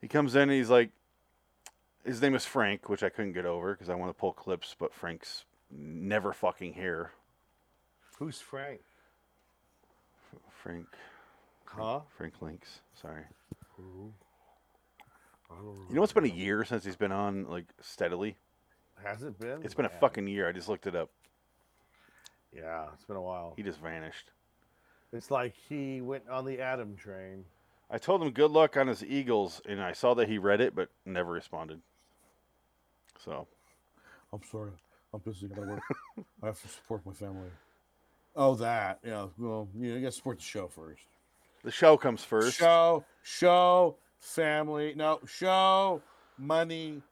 S2: He comes in and he's like, his name is Frank, which I couldn't get over because I want to pull clips, but Frank's never fucking here.
S4: Who's Frank?
S2: Frank,
S4: Huh?
S2: Frank Links. Sorry.
S4: Mm-hmm. I don't
S2: You know it's been a year since he's been on like steadily.
S4: Has it been?
S2: It's been a
S4: Yeah.
S2: fucking year. I just looked it up.
S4: Yeah, it's been a while.
S2: He just vanished.
S4: It's like he went on the Adam train.
S2: I told him good luck on his Eagles, and I saw that he read it, but never responded. So
S1: I'm sorry. I'm busy. I gotta work. I have to support my family. Oh, that. Yeah. Well, you, know, you gotta support the show first.
S2: The show comes first.
S1: Show, show, family. No, show, money,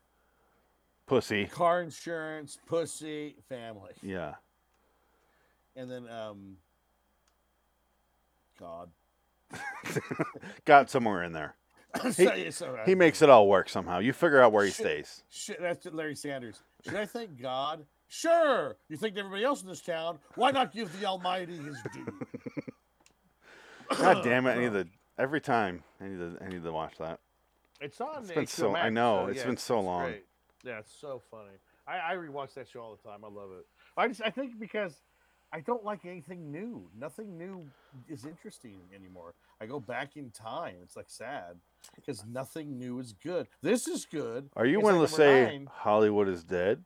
S2: Pussy.
S1: car insurance, pussy, family.
S2: Yeah.
S1: And then, um, God.
S2: Got somewhere in there.
S1: So- it's all right.
S2: He makes it all work somehow. You figure out where he
S1: Shit.
S2: stays.
S1: Shit, that's it, Larry Sanders. Should I thank God? Sure. You think everybody else in this town? Why not give the Almighty his due?
S2: God damn it. I need to every time I need to I need to watch that.
S4: It's on.
S2: It's been
S4: HBO
S2: so- I
S4: Max,
S2: know,
S4: it's
S2: it's been so
S4: it's
S2: long.
S4: great. Yeah, it's so funny. I, I rewatch that show all the time. I love it. I just I think because I don't like anything new.
S1: Nothing new is interesting anymore. I go back in time. It's like sad because nothing new is good. This is good.
S2: Are you
S1: It's
S2: one
S1: like
S2: to
S1: number
S2: say
S1: nine,
S2: Hollywood is dead?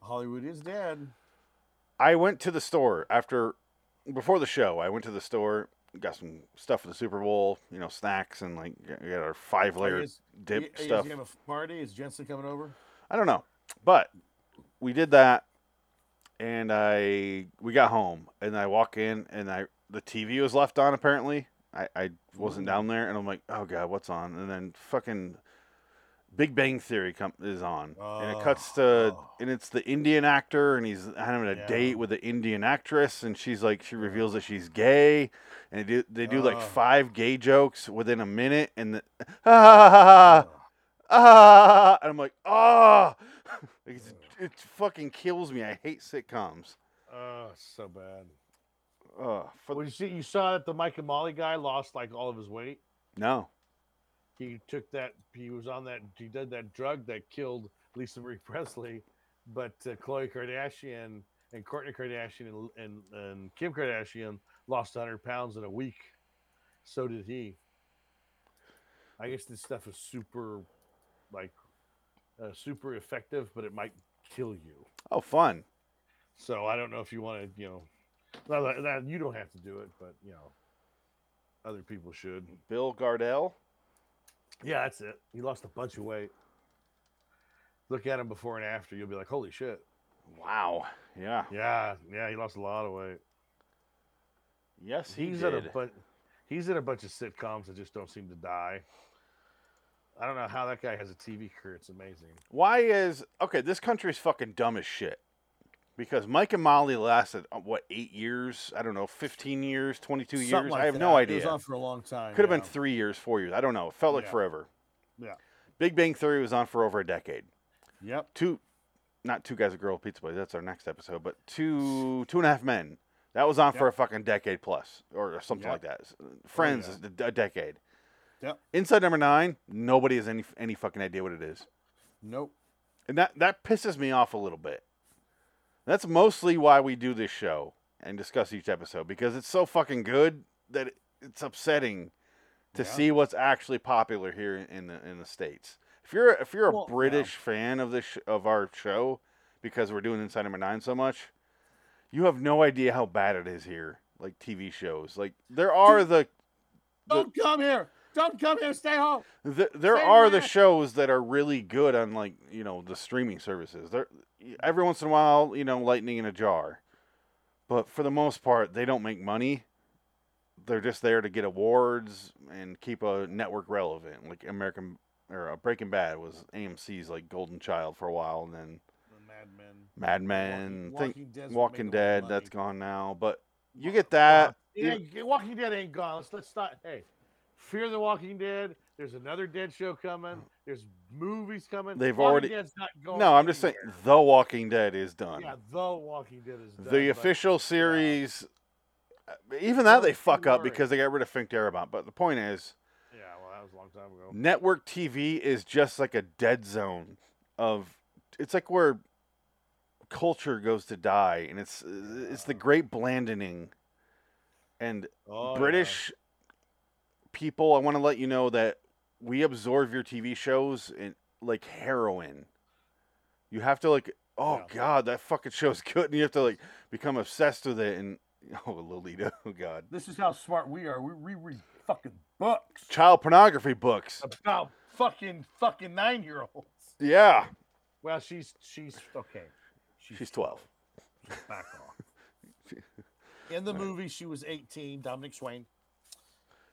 S1: Hollywood is dead?
S2: I went to the store after before the show. I went to the store, got some stuff for the Super Bowl, you know, snacks and like we got our five
S1: Are you
S2: layer
S1: guys-
S2: dip
S1: Are you guys
S2: stuff.
S1: gonna have a party? Is Jensen coming over?
S2: I don't know. But we did that, and I we got home, and I walk in, and I the TV was left on apparently. I, I wasn't down there, and I'm like, oh god, what's on? And then fucking Big Bang Theory come, is on, and it cuts to,
S1: Oh.
S2: and it's the Indian actor, and he's having a
S1: Yeah.
S2: date with an Indian actress, and she's like, she reveals that she's gay, and they do they do like
S1: Oh.
S2: five gay jokes within a minute, and the,
S1: Oh.
S2: ah, ah, and I'm like, ah, like it's, it fucking kills me. I hate sitcoms.
S4: Oh, so bad.
S2: Oh, for,
S4: Well, you see, you saw that the Mike and Molly guy lost like all of his weight.
S2: no,
S4: He took that. He was on that. He did that drug that killed Lisa Marie Presley, but uh, Khloe Kardashian and Kourtney Kardashian and, and and Kim Kardashian lost 100 pounds in a week. So did he. I guess this stuff is super, like, uh, super effective, but it might kill you.
S2: oh, fun.
S4: So I don't know if you want to, you know, not that, that- you don't have to do it, but you know, other people should.
S2: Bill Gardell.
S4: Yeah, that's it. He lost a bunch of weight. Look at him before and after. You'll be like, holy shit.
S2: Wow. Yeah.
S4: Yeah, yeah, he lost a lot of weight.
S2: Yes, he
S4: He's
S2: did.
S4: at a bunch. He's in a bunch of sitcoms that just don't seem to die. I don't know how that guy has a TV career. It's amazing.
S2: Why is okay? This country's fucking dumb as shit. Because Mike and Molly lasted uh, what eight years? I don't know, fifteen years, twenty-two
S1: Something
S2: years.
S1: like
S2: I have
S1: that.
S2: no
S1: It was
S2: idea.
S1: on for a long time.
S2: Could have been
S1: yeah.
S2: three years, four years. I don't know. It felt like
S1: Yeah.
S2: forever.
S1: Yeah.
S2: Big Bang Theory was on for over a decade.
S1: Yep.
S2: Two, not two guys, a girl, pizza boys. That's our next episode. But two, two and a half men. That was on for a fucking decade plus, or something
S1: Yep. Oh,
S2: like that. Friends is a a decade.
S1: Yep.
S2: Inside Number Nine. Nobody has any any fucking idea what it is.
S1: Nope.
S2: and that that pisses me off a little bit. That's mostly why we do this show and discuss each episode because it's so fucking good that it, it's upsetting to
S1: Yeah.
S2: see what's actually popular here in- in the in the states. If you're if you're a
S1: Well, yeah.
S2: British fan of this sh- of our show because we're doing Inside Number Nine so much, you have no idea how bad it is here. Like TV shows, like there are the
S1: Don't come here. Don't come here. Stay home.
S2: Th- there
S1: Same
S2: are the
S1: here.
S2: shows that are really good on like you know the streaming services. There, every once in a while, you know, lightning in a jar, but for the most part, they don't make money. They're just there to get awards and keep a network relevant. Like American or uh, Breaking Bad was AMC's like golden child for a while, and then
S1: The Mad Men.
S2: Mad Men,
S1: Walking
S2: think-
S1: Dead's what
S2: Walking
S1: made the most
S2: Dead, that's
S1: money.
S2: gone now. But you get that.
S4: It ain't- Walking Dead ain't gone. Let's, let's not. Hey, Fear the Walking Dead. There's another Dead show coming. There's movies coming.
S2: They've
S4: Walking
S2: already-
S4: Dead's not going
S2: No, I'm just saying
S4: anywhere.
S2: The Walking Dead is done.
S4: Yeah, The Walking Dead is done,
S2: the
S4: but-
S2: official series uh, even that they
S4: Don't
S2: fuck
S4: you
S2: up
S4: worry.
S2: because they got rid of Fink Darabont. But the point is,
S4: Yeah, well, that was a long time ago.
S2: network TV is just like a dead zone of. It's like where culture goes to die, and it's it's the great blandening. And
S4: Oh, yeah.
S2: British people, I want to let you know that we absorb your TV shows in, like heroin. You have to like, oh
S4: Yeah.
S2: god, that fucking show's good, and you have to like become obsessed with it. And oh, Lolita, oh god,
S1: This is how smart we are. We reread fucking books
S2: child pornography books.
S1: about fucking fucking nine year olds.
S2: Yeah,
S4: Well, she's she's okay.
S2: she's twelve.
S4: Back off.
S1: In the movie, she was 18. Dominic Swain.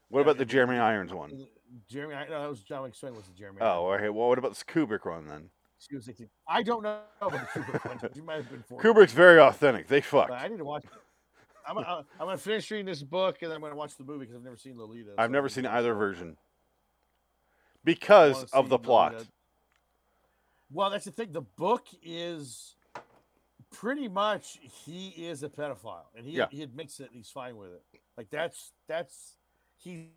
S2: What about the Jeremy Irons one?
S1: Jeremy, I no, that was Dominic Swain was the Jeremy.
S2: Oh, okay. Well, what about this Kubrick one then?
S1: she was 18. I don't know about the Kubrick one. You might have been 14.
S2: Kubrick's very authentic. They
S1: but I
S2: fucked.
S1: need to watch it. I'm, I'm, I'm gonna finish reading this book and then I'm gonna watch the movie because I've never seen Lolita.
S2: I've
S1: so
S2: never
S1: I'm
S2: seen
S1: gonna-
S2: either version
S1: I
S2: because
S1: wanna
S2: of
S1: see
S2: the plot.
S1: Lolita. Well, that's the thing. The book is pretty much he is a pedophile, and he
S2: Yeah.
S1: he admits it. And he's fine with it. Like that's that's he.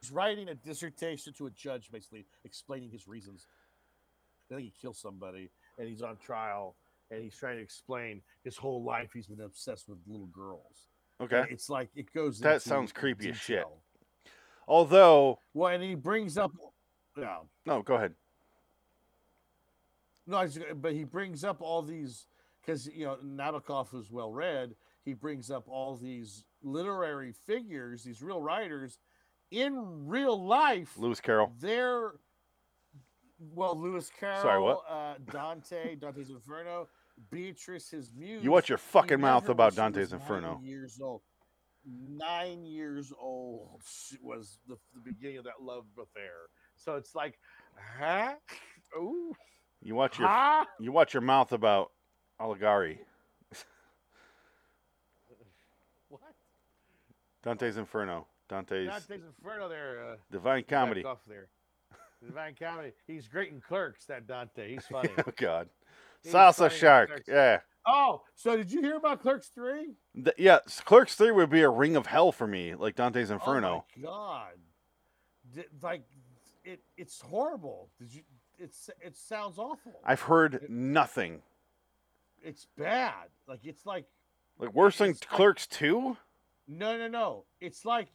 S1: He's writing a dissertation to a judge, basically explaining his reasons. I think he kills somebody, and he's on trial, and he's trying to explain his whole life. He's been obsessed with little girls.
S2: Okay.
S1: It's like it goes.
S2: That
S1: into
S2: sounds creepy as shit.
S1: detail.
S2: Although,
S1: Well, and he brings up, yeah,
S2: no, go ahead.
S1: no, I was gonna- but he brings up all these because you know Nabokov was well read. He brings up all these literary figures, these real writers, in real life.
S2: Lewis Carroll.
S1: They're well, Lewis Carroll,
S2: Sorry, what?
S1: Uh, Dante, Dante's Inferno, Beatrice, his muse.
S2: You watch your fucking
S1: met
S2: mouth
S1: her
S2: about
S1: when she was
S2: Dante's Inferno.
S1: Nine years old. Nine years old she was the, the beginning of that love affair. So it's like, huh? Ooh,
S2: You watch your
S1: huh?
S2: you watch your mouth about Oligari.
S1: What?
S2: Dante's Inferno. Dante's
S4: Dante's Inferno there. Uh,
S2: Divine Comedy.
S4: back off there. Divine comedy. He's great in Clerks. That Dante. He's funny.
S2: Oh God.
S4: He's funny
S2: Salsa
S4: in
S2: Shark.
S4: Clerks.
S2: Yeah.
S1: Oh, so did you hear about Clerks Three?
S2: Th- yeah, s- Clerks 3 would be a ring of hell for me, like Dante's
S1: Oh
S2: Inferno.
S1: my God, D- like it, it's horrible. Did you? It's it sounds awful.
S2: I've heard nothing.
S1: it's bad. Like it's like
S2: Like worse than
S1: It's like-
S2: Clerks 2?
S1: No, no, no. It's like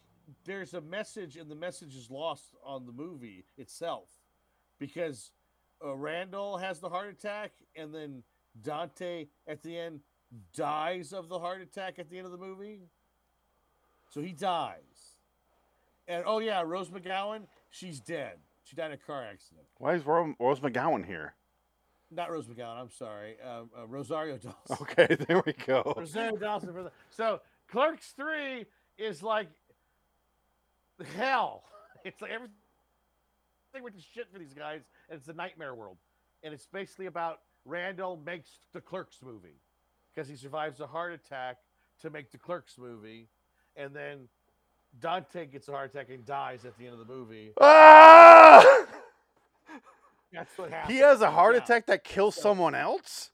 S1: there's a message, and the message is lost on the movie itself because uh, Randall has the heart attack, and then Dante at the end dies of the heart attack at the end of the movie. So he dies. And oh, yeah, Rose McGowan, she's dead. She died in a car accident.
S2: Why is Ro- Rose McGowan here?
S1: Not Rose McGowan, I'm sorry. Um, uh, Rosario Dawson.
S2: Okay, there we go.
S4: Rosario Dawson. For the... So Clerks Three is like hell. It's like everything went to shit for these guys, and it's a nightmare world. And it's basically about Randall makes the Clerks movie because he survives a heart attack to make the Clerks movie, and then Dante gets a heart attack and dies at the end of the movie.
S2: Ah!
S4: That's what happens.
S2: He has a heart
S1: Yeah.
S2: attack that kills someone else?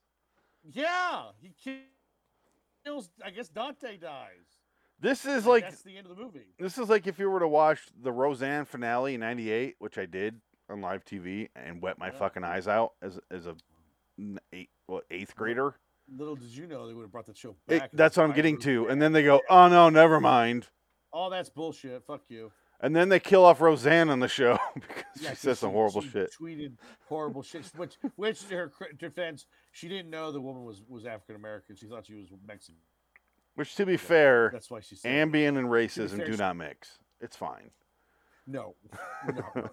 S1: Yeah, he ki- kills. I guess Dante dies.
S2: This is like
S1: that's the end of the movie.
S2: this is like if you were to watch the Roseanne finale in 98, which I did on live TV and wet my
S1: Yeah.
S2: fucking eyes out as as a n- eight, what, 8th grader.
S1: Little did you know they would have brought the show
S2: It-
S1: back. and
S2: that's what I'm
S1: revived
S2: getting
S1: it.
S2: to. And then they go, "Oh no, never mind."
S1: All that's bullshit. Fuck you.
S2: And then they kill off Roseanne on the show because
S1: Yeah,
S2: she
S1: 'cause
S2: says some horrible
S1: she
S2: shit.
S1: Tweeted horrible shit. Which, which to her cri- defense, she didn't know the woman was was African American. She thought she was Mexican.
S2: Which, to be fair,
S1: That's why she said
S2: ambient and racism
S1: fair,
S2: do
S1: she-
S2: not mix. It's fine.
S1: no. no, no, no.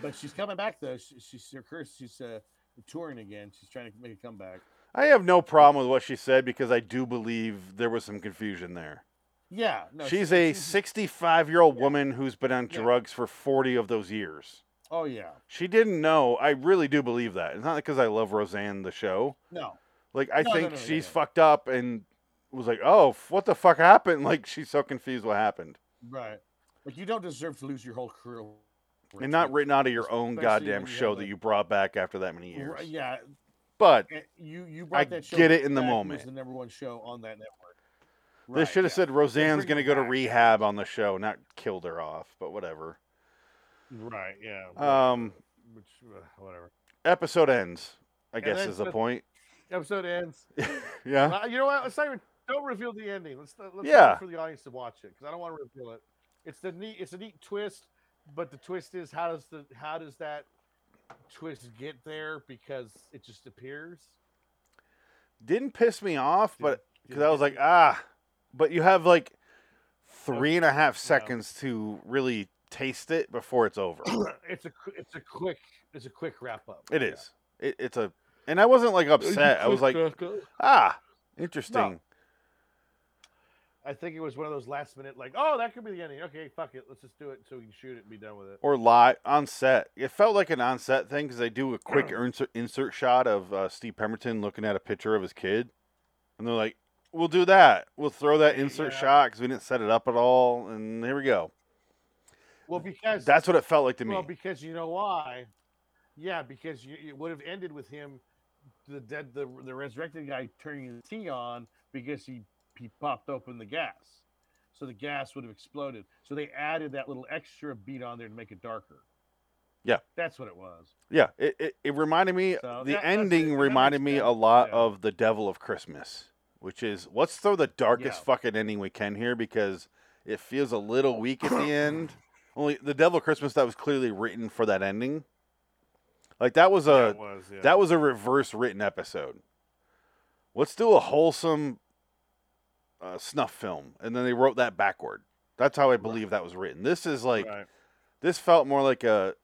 S1: but she's coming back though. She, she's her curse. She's uh, touring again. She's trying to make a comeback.
S2: I have no problem with what she said because I do believe there was some confusion there.
S1: Yeah, no,
S2: she's
S1: she-
S2: a 65 year old woman who's been on
S1: Yeah.
S2: drugs for 40 of those years.
S1: Oh yeah,
S2: She didn't know. I really do believe that. It's not because I love Roseanne, the show.
S1: no,
S2: Like, I
S1: No, no,
S2: think
S1: no, no,
S2: she's
S1: no.
S2: fucked up and was like, oh, f- what the fuck happened? Like, she's so confused what happened.
S1: right. Like you don't deserve to lose your whole career. over
S2: And not
S1: it.
S2: written out of your own
S1: Especially
S2: goddamn
S1: when you
S2: show
S1: have
S2: that
S1: a-
S2: you brought back after that many years.
S1: Right, yeah,
S2: But
S1: and you you brought that show.
S2: get it in the
S1: back, it was
S2: moment.
S1: the number one show on that network.
S2: they
S1: Right,
S2: should have
S1: yeah.
S2: said Roseanne's
S1: bring
S2: going to
S1: her
S2: go to
S1: back.
S2: rehab on the show, not killed her off, but whatever.
S4: right. Yeah.
S2: Um,
S4: which uh, whatever.
S2: episode ends, I
S4: And
S2: guess
S4: then
S2: is the
S4: the-
S2: point.
S4: Episode ends.
S2: yeah.
S4: Uh, you know what? Let's not even, don't reveal the ending. Let's, let's leave it
S2: Yeah.
S4: for the audience to watch it because I don't want to reveal it. It's the neat. It's a neat twist, but the twist is how does the how does that twist get there? Because it just appears.
S2: Didn't piss me off,
S4: Did-
S2: but
S4: did
S2: because I
S4: it
S2: was
S4: get
S2: like, ah, but you have like three and a half
S4: No.
S2: seconds to really taste it before it's over.
S4: there? it's a qu- it's a quick it's a quick wrap up.
S2: it is. It, it's a, and I wasn't like upset. I was like, ah, interesting.
S4: I think it was one of those last minute like, oh, that could be the ending. Okay, fuck it, let's just do it so we can shoot it and be done with it.
S2: Or live on set. It felt like an on set thing because they do a quick insert, insert shot of uh, Steve Pemberton looking at a picture of his kid, and they're like, "We'll do that. We'll throw that insert
S4: Yeah.
S2: shot because we didn't set it up at all." And here we go.
S4: Well, because
S2: That's what it felt like to me.
S4: Well, because you know why? Yeah, because you, it would have ended with him, the dead, the, the resurrected
S1: The
S4: guy.
S1: guy turning the tea on because he he popped open the gas, so the gas would have exploded. So they added that little extra beat on there to make it darker.
S2: Yeah.
S1: that's what it was.
S2: Yeah, it, it, it reminded me,
S1: So,
S2: the
S1: yeah, that's it.
S2: ending
S1: That
S2: reminded
S1: makes
S2: me a
S1: sense.
S2: lot
S1: Yeah.
S2: of The Devil of Christmas, which is let's throw the darkest
S1: Yeah.
S2: fucking ending we can here because it feels a little weak at the end. Only The Devil of Christmas, that was clearly written for that ending. Like that was a
S4: was yeah.
S2: that was a reverse written episode. Let's do a wholesome uh, snuff film, and then they wrote that backward. That's how I believe that was written. This is like
S4: Right.
S2: this felt more like a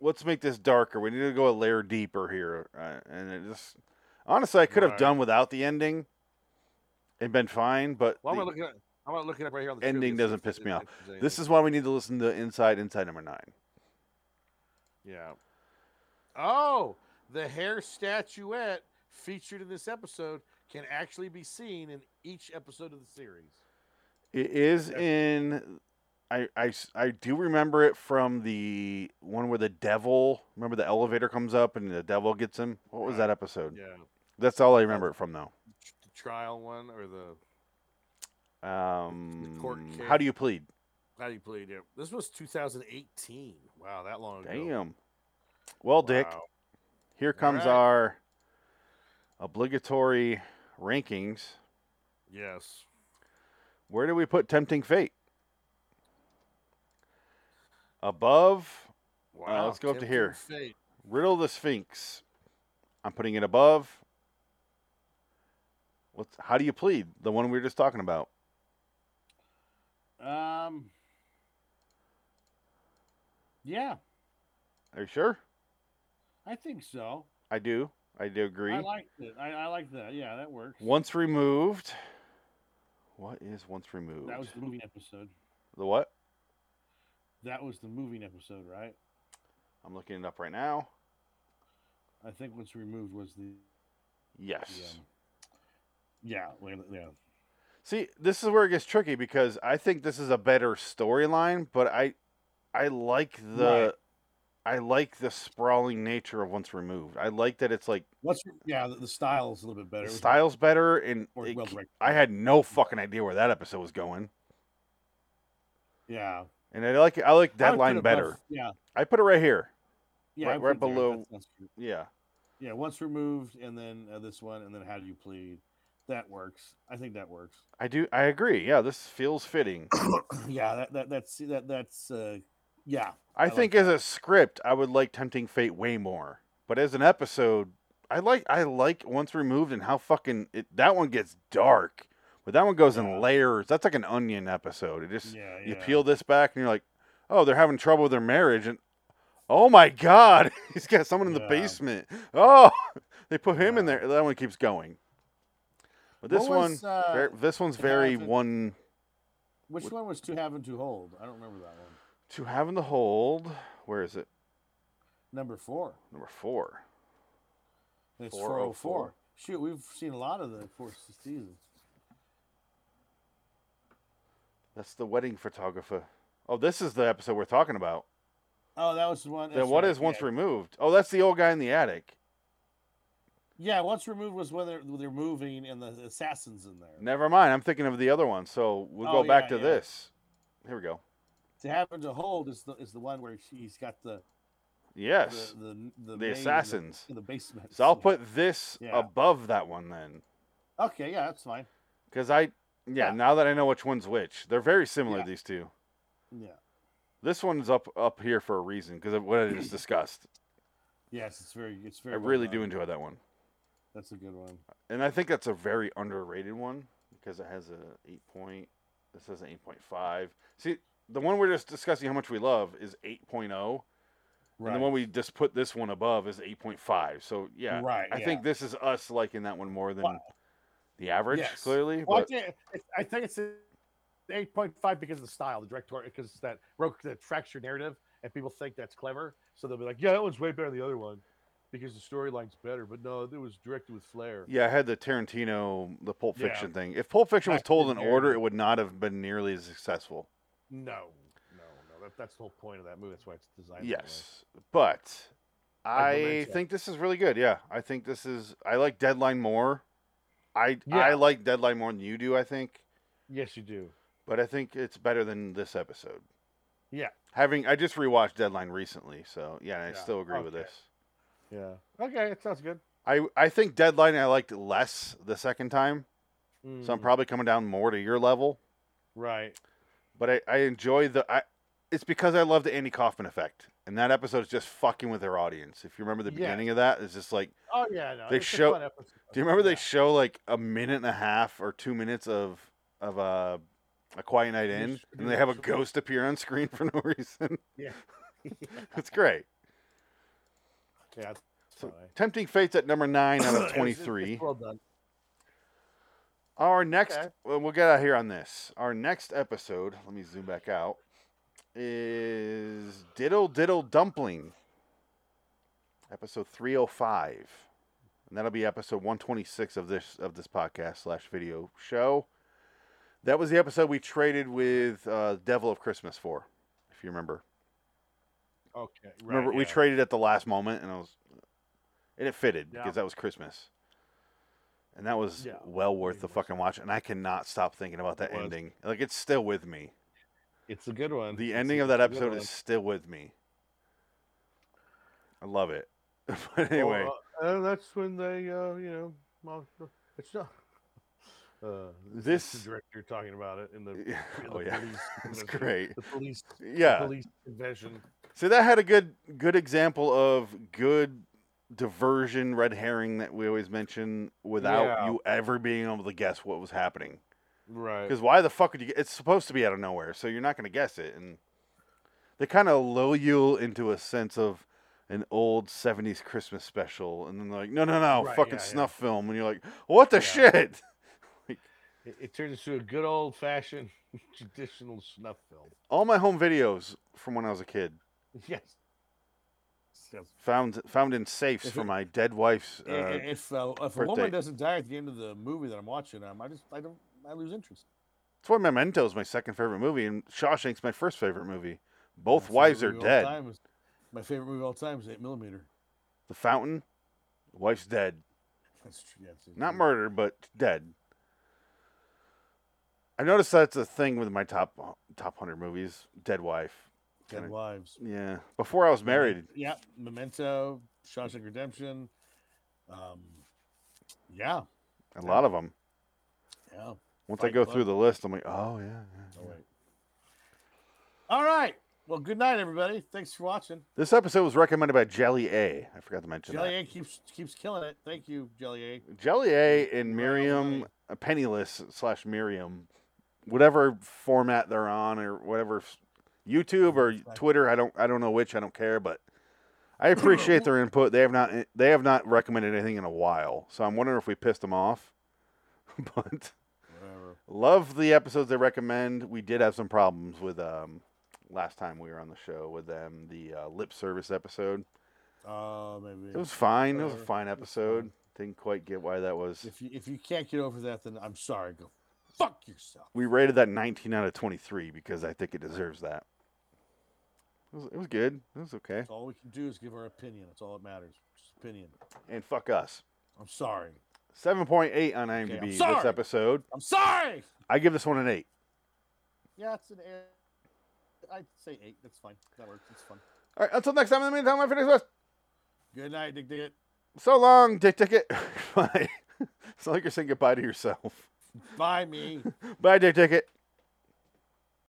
S2: let's make this darker. We need to go a layer deeper here. Uh, and it just honestly, I could have
S4: Right.
S2: done without the ending and been fine. But
S4: Well, I'm
S2: the-
S4: not looking at. I'm not looking up right here on the
S2: Ending
S4: trivia, see
S2: doesn't
S4: if there's
S2: piss me
S4: any-
S2: off.
S4: if there's
S2: this
S4: anything.
S2: is why we need to listen to Inside Inside Number Nine.
S4: yeah. Oh, the hair statuette featured in this episode can actually be seen in each episode of the series.
S2: It is
S4: Yeah.
S2: in. I, I s- I do remember it from the one where the devil. Remember the elevator comes up and the devil gets him. What was that episode?
S4: Uh-huh. Yeah,
S2: That's all I remember it from though.
S4: the trial one or the
S2: Um,
S4: court
S2: how
S4: case.
S2: do you plead?
S4: how do you play it? This was 2018. Wow, that long ago.
S2: Damn. Well, Dick,
S4: Wow.
S2: here comes
S4: right.
S2: our obligatory rankings.
S4: Yes.
S2: Where do we put Tempting Fate? Above
S4: Wow.
S2: let's go up to
S4: Tempting
S2: here.
S4: Fate.
S2: Riddle of the Sphinx. I'm putting it above. What's how do you plead? The one we were just talking about.
S1: Um. Yeah,
S2: Are you sure?
S1: I think so.
S2: I do. I do agree.
S1: I liked it. I, I like that. Yeah, that works.
S2: once removed. What is once removed?
S1: That was the moving episode.
S2: the what?
S1: That was the moving episode, right?
S2: I'm looking it up right now.
S1: I think what's removed was the. the,
S2: Yes.
S1: um, yeah, wait, yeah.
S2: See, this is where it gets tricky because I think this is a better storyline, but I I like the I like the sprawling nature of once removed. I like that it's like
S1: What's yeah? The, the style is a little bit better.
S2: the
S1: It was-
S2: style's better and
S1: Or
S2: it
S1: well
S2: c-
S1: directed.
S2: I had no fucking idea where that episode was going.
S1: Yeah.
S2: And I like I like
S1: I
S2: that
S1: would put
S2: line
S1: it above-
S2: better.
S1: yeah.
S2: I put it right here.
S1: Yeah.
S2: Right-
S1: I would
S2: right
S1: put it there.
S2: below-
S1: That's- that's true.
S2: Yeah.
S1: Yeah. Once removed, and then uh, this one, and then how do you plead? That works. I think that works.
S2: I do I agree. Yeah, this feels fitting.
S1: yeah. That, that that's that that's uh, yeah.
S2: I,
S1: like
S2: think as
S1: that.
S2: a script, I would like Tempting Fate way more. But as an episode, I like I like Once Removed and how fucking it, that one gets dark. But that one goes
S1: Yeah.
S2: in layers. That's like an onion episode. It just
S1: Yeah,
S2: you
S1: yeah.
S2: peel this back and you're like, oh, they're having trouble with their marriage, and oh my god, he's got someone in the
S1: Yeah.
S2: basement. Oh, they put him in
S1: Yeah.
S2: there. That one keeps going. But this
S1: What
S2: one,
S1: was, uh,
S2: ver- this one's very
S1: Jonathan-
S2: one
S1: Which
S2: What-
S1: one was to have and to hold? I don't remember that one.
S2: to have in the hold. Where is it?
S1: Number four.
S2: Number four.
S1: And it's
S2: 404.
S1: 404. Shoot, we've seen a lot of the fourth season.
S2: That's the wedding photographer. Oh, this is the episode we're talking about.
S1: Oh, that was the one.
S2: then what is once
S1: removed?
S2: removed? Oh, that's the old guy in the attic.
S1: Yeah, once removed was when they're, they're moving and the assassin's in there.
S2: Never mind. I'm thinking of the other one. So we'll
S1: Oh,
S2: go back
S1: yeah,
S2: to
S1: yeah.
S2: this. Here we go.
S1: To happen to hold is the is the one where she, he's got the the
S2: Yes.
S1: the,
S2: The
S1: maid in
S2: assassins.
S1: in the, basement.
S2: so I'll
S1: Yeah.
S2: put this
S1: Yeah.
S2: above that one then.
S1: Okay, yeah, that's fine.
S2: Because I, yeah,
S1: Yeah.
S2: now that I know which one's which, they're very similar,
S1: Yeah.
S2: these two.
S1: Yeah.
S2: This one's up up here for a reason because of what I just discussed.
S1: Yes, it's very it's
S2: I
S1: very. well
S2: really
S1: done.
S2: do enjoy that one.
S1: That's a good one.
S2: and I think that's a very underrated one because it has a eight point. This has an eight point five. See, the one we're just discussing how much we love is 8.0,
S1: Right.
S2: and the one we just put this one above is eight point five. So yeah,
S1: Right,
S2: I think this is us liking that one more than
S1: Wow.
S2: the average,
S1: Yes.
S2: clearly.
S4: Well, I,
S2: But
S4: think it's- I think it's eight point five because of the style, the director, because it's that broke that fractured narrative, and people think that's clever, so they'll be like, "Yeah, that one's way better than the other one," because the storyline's better. But no, it was directed with flair.
S2: yeah, I had the Tarantino, the Pulp
S4: Yeah.
S2: Fiction thing. If Pulp Fiction was
S4: Back
S2: told
S4: to
S2: in
S4: the
S2: order,
S4: narrative.
S2: it would not have been nearly as successful.
S4: No, no, no. That, that's the whole point of that movie. That's why it's designed. that way.
S2: Yes, but I
S4: momentum.
S2: think this is really good. Yeah, I think this is. I like Deadline more. I I
S4: Yeah.
S2: like Deadline more than you do. I think,
S4: Yes, you do.
S2: but I think it's better than this episode.
S4: Yeah.
S2: Having I just rewatched Deadline recently, so yeah, I
S4: Yeah,
S2: still agree with
S4: okay.
S2: this.
S4: Yeah. Okay, it sounds good.
S2: I I think Deadline I liked less the second time, so I'm
S4: Mm,
S2: probably coming down more to your level.
S4: right.
S2: But I I enjoy the I. It's because I love the Andy Kaufman effect, and that episode is just fucking with their audience. If you remember the
S4: Yeah.
S2: beginning of that, it's just like.
S4: Oh yeah, no.
S2: They
S4: it's a
S2: show-
S4: fun episode.
S2: Do you remember they
S4: Yeah.
S2: show like a minute and a half or two minutes of of uh, a Quiet Night
S4: Yes,
S2: In, and
S4: yes,
S2: they have a
S4: sure.
S2: ghost appear on screen for no reason?
S4: Yeah.
S2: it's great.
S4: Yeah. that's
S2: So,
S4: fine.
S2: Tempting Fates at number nine out of
S4: It's- it's- it's
S2: 23.
S4: Well done.
S2: Our next,
S4: Okay.
S2: well, we'll get out here on this. Our next episode, let me zoom back out, is Diddle Diddle Dumpling, episode 305. And that'll be episode 126 of this of this podcast slash video show. That was the episode we traded with uh, Devil of Christmas for, if you remember.
S4: Okay. Right,
S2: Remember, we
S4: yeah.
S2: traded at the last moment, and I was, and it fitted
S4: Yeah.
S2: because that was Christmas, and that was
S4: Yeah.
S2: well worth the
S4: It was.
S2: fucking watch. And I cannot stop thinking about that
S4: It was.
S2: ending. Like it's still with me.
S4: It's a good one.
S2: The
S4: It's a-
S2: ending of
S4: it's
S2: that
S4: a good
S2: episode
S4: one.
S2: is still with me. I love it. but anyway,
S4: Well, uh, uh, that's when they, uh, you know, well, it's not. Uh,
S2: This-
S4: is the director talking about it in the, in
S2: yeah,
S4: the
S2: oh yeah,
S4: police
S2: it's
S4: convention-
S2: great.
S4: The police, the
S2: Yeah.
S4: police convention.
S2: So that had a good good example of good diversion red herring that we always mention without
S4: Yeah.
S2: you ever being able to guess what was happening.
S4: Right.
S2: Because why the fuck would you? It's supposed to be out of nowhere, so you're not going to guess it. And they kind of lull you into a sense of an old '70s Christmas special, and then they're like, "No, no, no,
S4: Right,
S2: fucking
S4: yeah, yeah.
S2: snuff film," and you're like, "What the
S4: Yeah.
S2: shit?"
S4: It, it turns into a good old fashioned traditional snuff film.
S2: All my home videos from when I was a kid
S4: Yes. Yes.
S2: found found in safes
S1: If
S2: for
S1: it-
S2: my dead wife's.
S1: I-
S2: Uh,
S1: I- if uh, if a woman
S2: birthday.
S1: doesn't die at the end of the movie that I'm watching, um, I just I don't I lose interest.
S2: That's why Memento's my second favorite movie, and Shawshank's my first favorite movie.
S1: My
S2: Both
S1: favorite
S2: wives are
S1: movie of all
S2: dead.
S1: time is- my favorite movie of all time is Eight Millimeter.
S2: The Fountain, wife's dead.
S1: That's true. Yeah, it's-
S2: Not
S1: it's-
S2: murder, but dead. I noticed that's a thing with my top top hundred movies. Dead wife.
S1: Dead
S2: Kinda-
S1: Wives.
S2: Yeah. Before I was married,
S1: Yeah, Memento, Shawshank Redemption. Um, yeah,
S2: a lot of them.
S1: yeah.
S2: Once I
S1: Fight
S2: go
S1: Club.
S2: through the list, I'm like, oh yeah. yeah.
S1: All right. All right. Well, good night, everybody. Thanks for watching.
S2: This episode was recommended by Jelly A. I forgot to mention
S1: Jelly
S2: that.
S1: A keeps keeps killing it. Thank you, Jelly A.
S2: Jelly A and
S1: Right
S2: Miriam,
S1: away.
S2: uh, Penniless slash Miriam, whatever format they're on or whatever, f- YouTube or
S1: Exactly.
S2: Twitter. I don't I don't know which. I don't care, but I appreciate their input. They have not eh, they have not recommended anything in a while, so I'm wondering if we pissed them off. but
S1: Whatever.
S2: love the episodes they recommend. We did have some problems with um last time we were on the show with them the uh, lip service episode.
S1: Oh, maybe.
S2: It was fine. It was a
S1: Whatever.
S2: fine
S1: It was
S2: episode.
S1: fine.
S2: Didn't quite get why that was.
S1: If you if you can't get over that, then I'm sorry. Go fuck yourself.
S2: we rated that 19 out of 23 because I think it deserves that. It was, it was good. It was okay.
S1: That's all we can do is give our opinion. That's all that matters. Just opinion.
S2: And fuck us.
S1: I'm sorry.
S2: 7.8 on IMDb this
S1: sorry.
S2: episode.
S1: I'm sorry.
S2: I give this one an 8.
S1: Yeah, it's an eight. I'd say eight. That's fine. That works. It's fun.
S2: All right. Until next time, in the meantime, I'm Phoenix West.
S1: Good night, Dick Diggett.
S2: So long, Dick Ticket. Bye. it's not like you're saying goodbye to yourself.
S1: Bye, me.
S2: Bye, Dick Ticket.